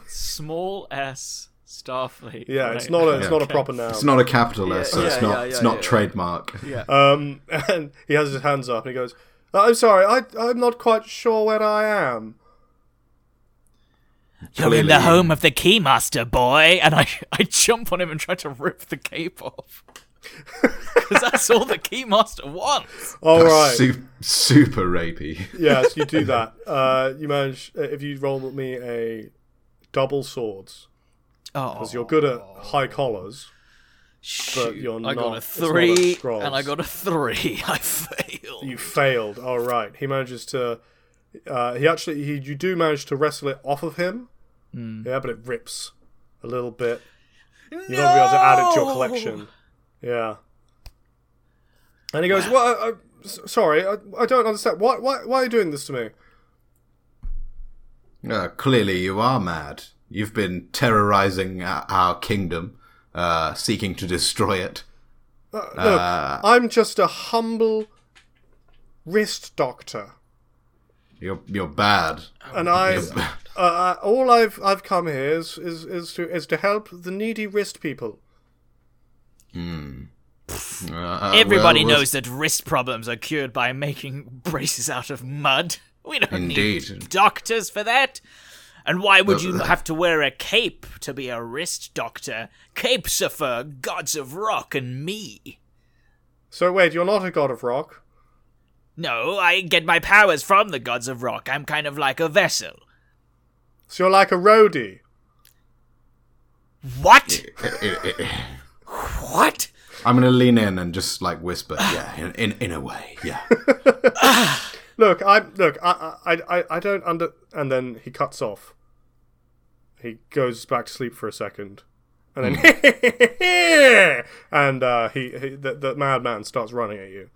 Speaker 4: small s Starfleet.
Speaker 2: Yeah,
Speaker 4: right?
Speaker 2: it's not a, it's
Speaker 3: Yeah.
Speaker 2: not a proper noun.
Speaker 3: It's not a capital S,
Speaker 4: Yeah,
Speaker 3: so
Speaker 4: yeah,
Speaker 3: it's not
Speaker 4: yeah,
Speaker 3: it's
Speaker 4: yeah,
Speaker 3: not
Speaker 4: yeah.
Speaker 3: trademark.
Speaker 2: Um, (laughs) and he has his hands up and he goes, "Oh, "I'm sorry, I, I'm not quite sure where I am."
Speaker 4: You're in the
Speaker 3: Clearly.
Speaker 4: home of the Keymaster, boy! And I, I jump on him and try to rip the cape
Speaker 2: (laughs)
Speaker 4: off. Because that's all the Keymaster wants.
Speaker 2: All right,
Speaker 3: Su- super rapey.
Speaker 2: yes, you do that. Uh, you manage uh, if you roll me a double swords
Speaker 4: Oh,
Speaker 2: because you're good at high collars.
Speaker 4: shoot. I
Speaker 2: you're not-
Speaker 4: got a
Speaker 2: it's not a
Speaker 4: three,
Speaker 2: scrolls.
Speaker 4: and I got a three. (laughs) I failed.
Speaker 2: You failed. All right, he manages to. Uh, he actually, he, you do manage to wrestle it off of him. Yeah, but it rips a little bit.
Speaker 4: no!
Speaker 2: You're not going to be able to add it to your collection. Yeah. And he goes, "Well, I, I, s- sorry, I, I don't understand. Why, why, why are you doing this to me?"
Speaker 3: Uh, clearly, you are mad. You've been terrorizing o- our kingdom, uh, uh, seeking to destroy it.
Speaker 2: Look, I'm just a humble wrist doctor,
Speaker 3: You're you're bad.
Speaker 2: and I,
Speaker 3: (laughs) You're bad.
Speaker 2: uh, all I've I've come here is, is is to is to help the needy wrist people.
Speaker 3: Hmm. Uh,
Speaker 4: Everybody
Speaker 3: well, we'll-
Speaker 4: knows that wrist problems are cured by making braces out of mud. (laughs) We don't need
Speaker 3: Indeed. Uh,
Speaker 4: doctors for that. And why would you have to wear a cape to be a wrist doctor? Capes are for gods of rock and me.
Speaker 2: So wait, you're not a god of rock.
Speaker 4: No, I get my powers from the gods of rock. I'm kind of like a vessel.
Speaker 2: So you're like a roadie.
Speaker 4: What? what?
Speaker 3: I'm gonna lean in and just like whisper, yeah, in in, in a way,
Speaker 2: (laughs)
Speaker 3: yeah.
Speaker 2: Look, I look, I, I, I, I don't under. And then he cuts off. He goes back to sleep for a second, and then (laughs) and uh, he, he the, the madman starts running at you.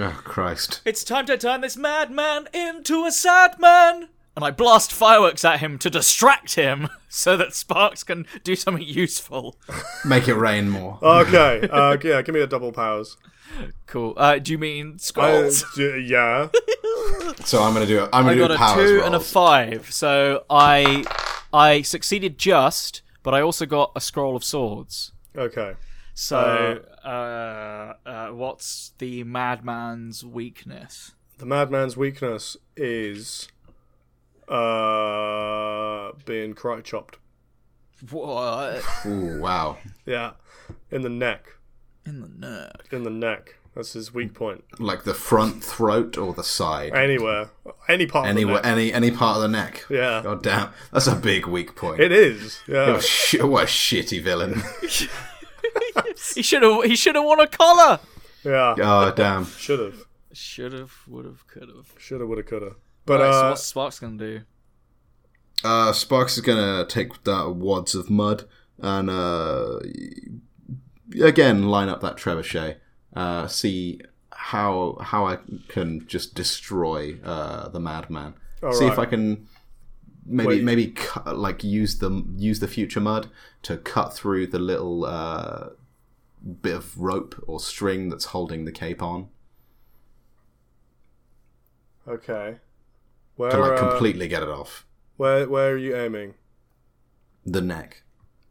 Speaker 3: oh Christ!
Speaker 4: It's time to turn this madman into a sad man. And I blast fireworks at him to distract him (laughs) so that Sparks can do something useful.
Speaker 3: Make it rain more.
Speaker 2: Okay, uh, yeah, give me the double powers.
Speaker 4: Cool. Uh, do you mean
Speaker 2: Uh,
Speaker 4: scrolls?
Speaker 2: d- yeah,
Speaker 3: So I'm gonna do. I'm
Speaker 4: I got
Speaker 3: gonna do
Speaker 4: a
Speaker 3: Oh, powers
Speaker 4: two
Speaker 3: rolls.
Speaker 4: and a five, so I I succeeded just, but I also got a scroll of swords.
Speaker 2: okay.
Speaker 4: So, uh, uh, what's the madman's weakness?
Speaker 2: The madman's weakness is uh being karate chopped.
Speaker 4: What
Speaker 3: Ooh, wow.
Speaker 2: Yeah, in the neck,
Speaker 4: in the nerve?
Speaker 2: in the neck. That's his weak point.
Speaker 3: Like the front throat or the side.
Speaker 2: Anywhere, any part of the
Speaker 3: Anywhere,
Speaker 2: neck.
Speaker 3: any any part of the neck.
Speaker 2: Yeah.
Speaker 3: God damn, that's a big weak point.
Speaker 2: It is.
Speaker 3: (laughs) Oh,
Speaker 2: Yeah.
Speaker 3: sh- what a shitty villain. (laughs)
Speaker 4: He should have. He should have worn a collar.
Speaker 2: Yeah.
Speaker 3: oh damn.
Speaker 2: Should have.
Speaker 4: Should have. Would have. Could have.
Speaker 2: Should have. Would have. Could have. But
Speaker 4: so
Speaker 2: uh,
Speaker 4: what's Sparks gonna do?
Speaker 3: Uh, Sparks is gonna take that wads of mud and uh, again line up that trebuchet. Uh, see how how I can just destroy uh, the madman. see if I
Speaker 2: right.
Speaker 3: can maybe
Speaker 2: Wait.
Speaker 3: maybe cut, like use the use the future mud to cut through the little uh, bit of rope or string that's holding the cape on
Speaker 2: okay. Where,
Speaker 3: to like
Speaker 2: uh,
Speaker 3: completely get it off
Speaker 2: where where are you aiming?
Speaker 3: the neck,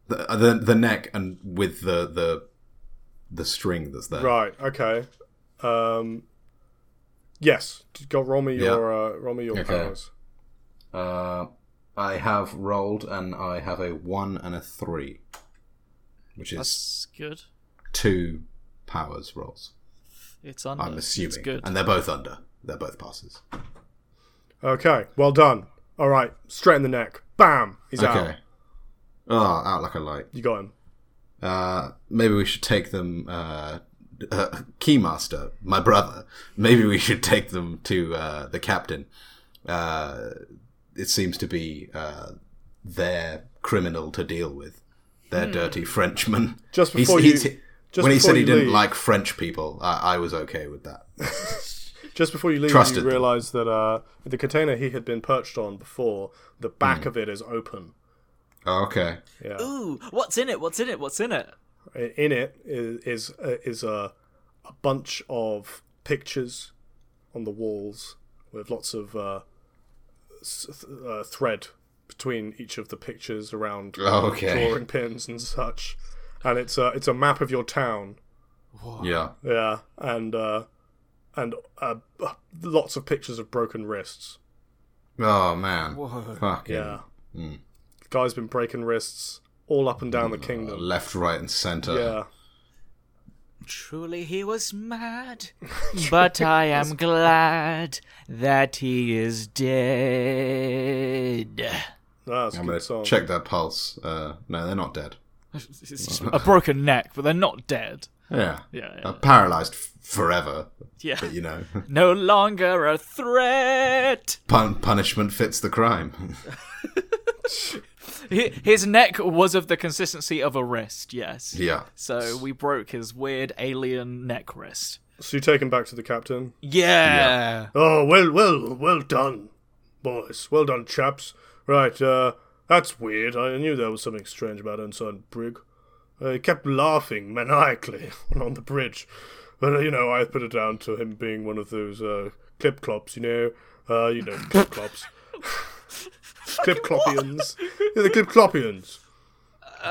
Speaker 3: the uh, the, the neck, and with the the the string that's there.
Speaker 2: Right. Okay. Um. Yes. Go roll me
Speaker 3: Yeah.
Speaker 2: your uh, roll me your
Speaker 3: Okay.
Speaker 2: powers.
Speaker 3: Uh, I have rolled and I have a one and a three, which is
Speaker 4: That's good.
Speaker 3: two powers rolls.
Speaker 4: It's under.
Speaker 3: I'm assuming,
Speaker 4: It's good.
Speaker 3: and they're both under. They're both passes.
Speaker 2: Okay. Well done. All right. Straight in the neck. Bam. He's out.
Speaker 3: Okay. Oh, out like a light.
Speaker 2: You got him.
Speaker 3: Uh, maybe we should take them. Uh, uh, Keymaster, my brother. Maybe we should take them to uh, the captain. Uh, it seems to be uh, their criminal to deal with. Their dirty Frenchman.
Speaker 2: Just
Speaker 3: He's-
Speaker 2: before
Speaker 3: he's-
Speaker 2: you- just
Speaker 3: when he
Speaker 2: before
Speaker 3: said he
Speaker 2: you
Speaker 3: didn't
Speaker 2: leave.
Speaker 3: like French people, I, I was okay with that.
Speaker 2: Just before you leave,
Speaker 3: Trusted
Speaker 2: you
Speaker 3: them.
Speaker 2: realise that uh, the container he had been perched on before, the
Speaker 3: Hmm.
Speaker 2: back of it is open.
Speaker 3: okay.
Speaker 2: Yeah.
Speaker 4: Ooh, what's in it? What's in it? What's in it?
Speaker 2: I- in it is is, uh, is a, a bunch of pictures on the walls with lots of uh, s- th- uh, thread between each of the pictures around
Speaker 3: Okay.
Speaker 2: drawing pins and such, and it's a it's a map of your town,
Speaker 3: Yeah.
Speaker 2: yeah, and uh, and uh, lots of pictures of broken wrists.
Speaker 3: Oh man. Fucking
Speaker 2: Yeah,
Speaker 3: Hmm.
Speaker 2: guy's been breaking wrists all up and
Speaker 3: Ah,
Speaker 2: down the kingdom.
Speaker 3: Left, right, and center.
Speaker 2: Yeah,
Speaker 4: Truly, he was (laughs) mad, but I am glad that he is dead.
Speaker 2: No, that's a
Speaker 3: I'm
Speaker 2: good
Speaker 3: gonna
Speaker 2: song.
Speaker 3: check their pulse. Uh, no, they're not dead.
Speaker 4: It's just a broken neck, but they're not dead.
Speaker 3: Yeah.
Speaker 4: Yeah, yeah.
Speaker 3: Uh, paralyzed f- forever.
Speaker 4: Yeah.
Speaker 3: But you know, (laughs)
Speaker 4: No longer a threat.
Speaker 3: pun- punishment fits the crime. (laughs)
Speaker 4: Hi- His neck was of the consistency of a wrist. Yes.
Speaker 3: yeah.
Speaker 4: So we broke his weird alien neck wrist.
Speaker 2: So you take him back to the captain.
Speaker 4: Yeah.
Speaker 2: Oh, well, well, well done, boys. Well done, chaps. Right, uh, that's weird. I knew there was something strange about Ensign Brig. Uh, he kept laughing maniacally (laughs) on the bridge. But, uh, you know, I put it down to him being one of those uh, clip clops, you know. Uh, you know, clip clops. clip clopians. Yeah, the clip clopians.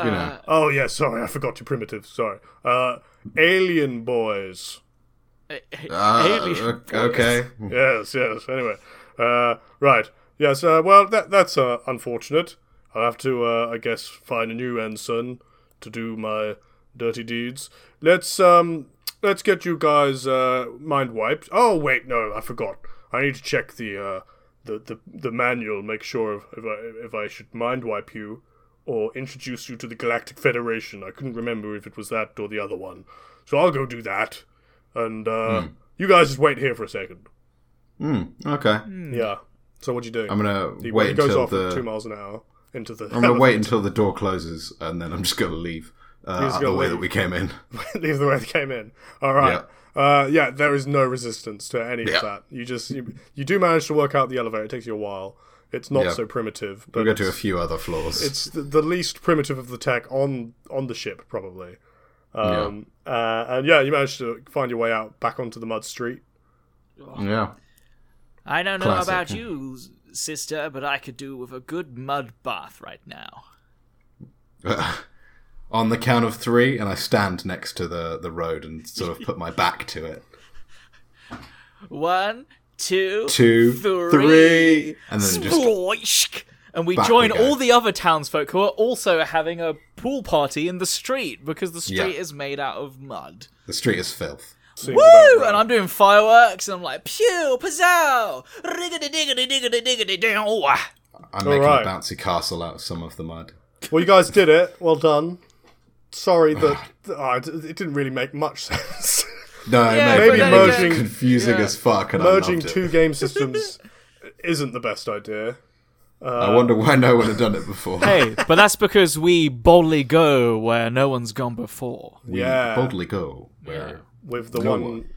Speaker 3: you know,
Speaker 2: Oh, yeah, sorry, I forgot you primitive. Sorry. Uh, alien boys.
Speaker 3: Ah,
Speaker 4: alien
Speaker 3: o- okay.
Speaker 2: (laughs) Yes, yes. Anyway, uh, right. Yes. Uh, well, that that's uh, unfortunate. I'll have to, uh, I guess, find a new ensign to do my dirty deeds. Let's um, let's get you guys uh, mind wiped. Oh wait, no, I forgot. I need to check the uh, the, the the manual, make sure if, if I if I should mind wipe you or introduce you to the Galactic Federation. I couldn't remember if it was that or the other one. So I'll go do that, and uh, you guys just wait here for a second.
Speaker 3: Hmm, Okay.
Speaker 4: Hmm.
Speaker 2: Yeah. So what'd you do?
Speaker 3: I'm gonna
Speaker 2: he,
Speaker 3: wait
Speaker 2: he goes
Speaker 3: until
Speaker 2: off at two
Speaker 3: the.
Speaker 2: miles an hour into the. (laughs)
Speaker 3: I'm gonna wait until the door closes, and then I'm just gonna leave uh,
Speaker 2: just
Speaker 3: out
Speaker 2: gonna
Speaker 3: the way
Speaker 2: leave.
Speaker 3: that we
Speaker 2: (laughs)
Speaker 3: came in.
Speaker 2: leave the way they came in. All right. Uh, yeah, there is no resistance to any
Speaker 3: Yeah.
Speaker 2: of that. You just you, you do manage to work out the elevator. It takes you a while. It's not
Speaker 3: Yeah.
Speaker 2: so primitive,
Speaker 3: We
Speaker 2: but
Speaker 3: go to a
Speaker 2: it's,
Speaker 3: few other floors.
Speaker 2: it's the, the least primitive of the tech on on the ship probably. Um, uh, and yeah, you manage to find your way out back onto the mud street.
Speaker 3: yeah. (laughs)
Speaker 4: I don't know
Speaker 3: Classic.
Speaker 4: about you, s- sister, but I could do with a good mud bath right now.
Speaker 3: on the count of three, and I stand next to the, the road and sort of put my back to it.
Speaker 4: One, two,
Speaker 3: Two,
Speaker 4: three.
Speaker 3: (laughs) three, and then just
Speaker 4: Splooshk. And we
Speaker 3: Back
Speaker 4: join
Speaker 3: we go.
Speaker 4: all the other townsfolk who are also having a pool party in the street because the street
Speaker 3: Yeah.
Speaker 4: is made out of mud.
Speaker 3: the street is filth.
Speaker 2: Seems
Speaker 4: Woo!
Speaker 2: about right.
Speaker 4: And I'm doing fireworks, and I'm like, pew, pizzow, riggity diggity diggity diggity dow.
Speaker 3: I'm making
Speaker 2: right.
Speaker 3: a bouncy castle out of some of the mud.
Speaker 2: Well, you guys did it. Well done.
Speaker 3: (sighs)
Speaker 2: Sorry that oh, it it didn't really make much (laughs) sense.
Speaker 3: No,
Speaker 4: Yeah,
Speaker 3: maybe,
Speaker 2: Maybe
Speaker 3: maybe
Speaker 2: merging-
Speaker 3: merging confusing as fuck, and
Speaker 2: merging
Speaker 3: I loved it.
Speaker 2: two game systems (laughs) isn't the best idea.
Speaker 3: I wonder why no one had done it before.
Speaker 4: Hey, (laughs) but that's because we boldly go where no one's gone before.
Speaker 3: we
Speaker 2: yeah.
Speaker 3: boldly go where
Speaker 2: With the
Speaker 3: no
Speaker 2: one,
Speaker 3: one-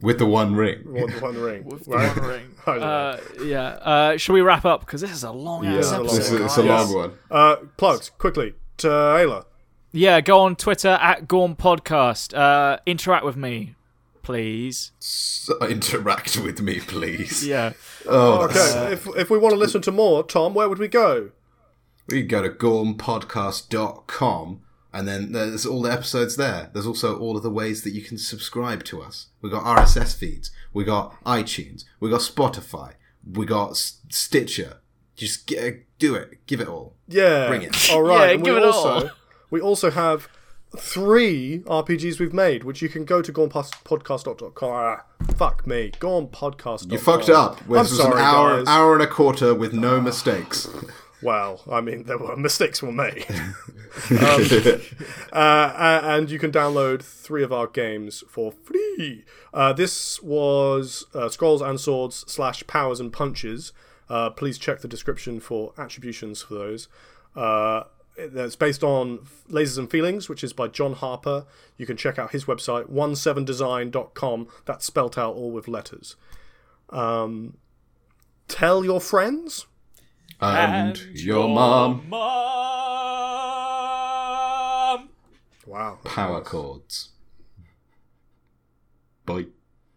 Speaker 3: with the one ring.
Speaker 2: (laughs) with the one ring, right? (laughs) I don't know.
Speaker 4: Uh, yeah. Uh, should we wrap up? Because this is a long ass
Speaker 3: Yeah,
Speaker 4: episode.
Speaker 3: this is, it's a
Speaker 4: guys.
Speaker 3: long one.
Speaker 2: Uh, plugs quickly. Taylor,
Speaker 4: Yeah, go on Twitter at Gorm Podcast. Uh, interact with me, please.
Speaker 3: So interact with me, please.
Speaker 4: Yeah.
Speaker 3: Oh,
Speaker 2: okay. if if we want to listen to more, Tom, where would we go?
Speaker 3: We can go to gormpodcast.com and then there's all the episodes there. There's also all of the ways that you can subscribe to us. We got RSS feeds, we got iTunes, we got Spotify, we got S- Stitcher. Just get, do it, give it all.
Speaker 2: Yeah,
Speaker 3: Bring it.
Speaker 2: All right,
Speaker 4: Yeah,
Speaker 2: and
Speaker 4: give
Speaker 2: we
Speaker 4: it
Speaker 2: also
Speaker 4: all.
Speaker 2: we also have three RPGs we've made, which you can go to gormpodcast.com. Ah, Fuck me, gormpodcast.
Speaker 3: You fucked up. This
Speaker 2: Oh. I'm
Speaker 3: was
Speaker 2: sorry,
Speaker 3: an hour,
Speaker 2: guys. Ah.
Speaker 3: hour and a quarter with
Speaker 2: (laughs)
Speaker 3: no mistakes.
Speaker 2: Well, I mean, there were mistakes were made. (laughs) Um, Uh, a- and you can download three of our games for free. Uh, this was uh, Scrolls and Swords slash Powers and Punches. Uh, please check the description for attributions for those. Uh, that's based on Lasers and Feelings, which is by John Harper. You can check out his website, 17design.com. That's spelt out all with letters. Um, tell your friends.
Speaker 3: and your mom.
Speaker 5: Mom.
Speaker 2: Wow.
Speaker 3: Power chords. Bye.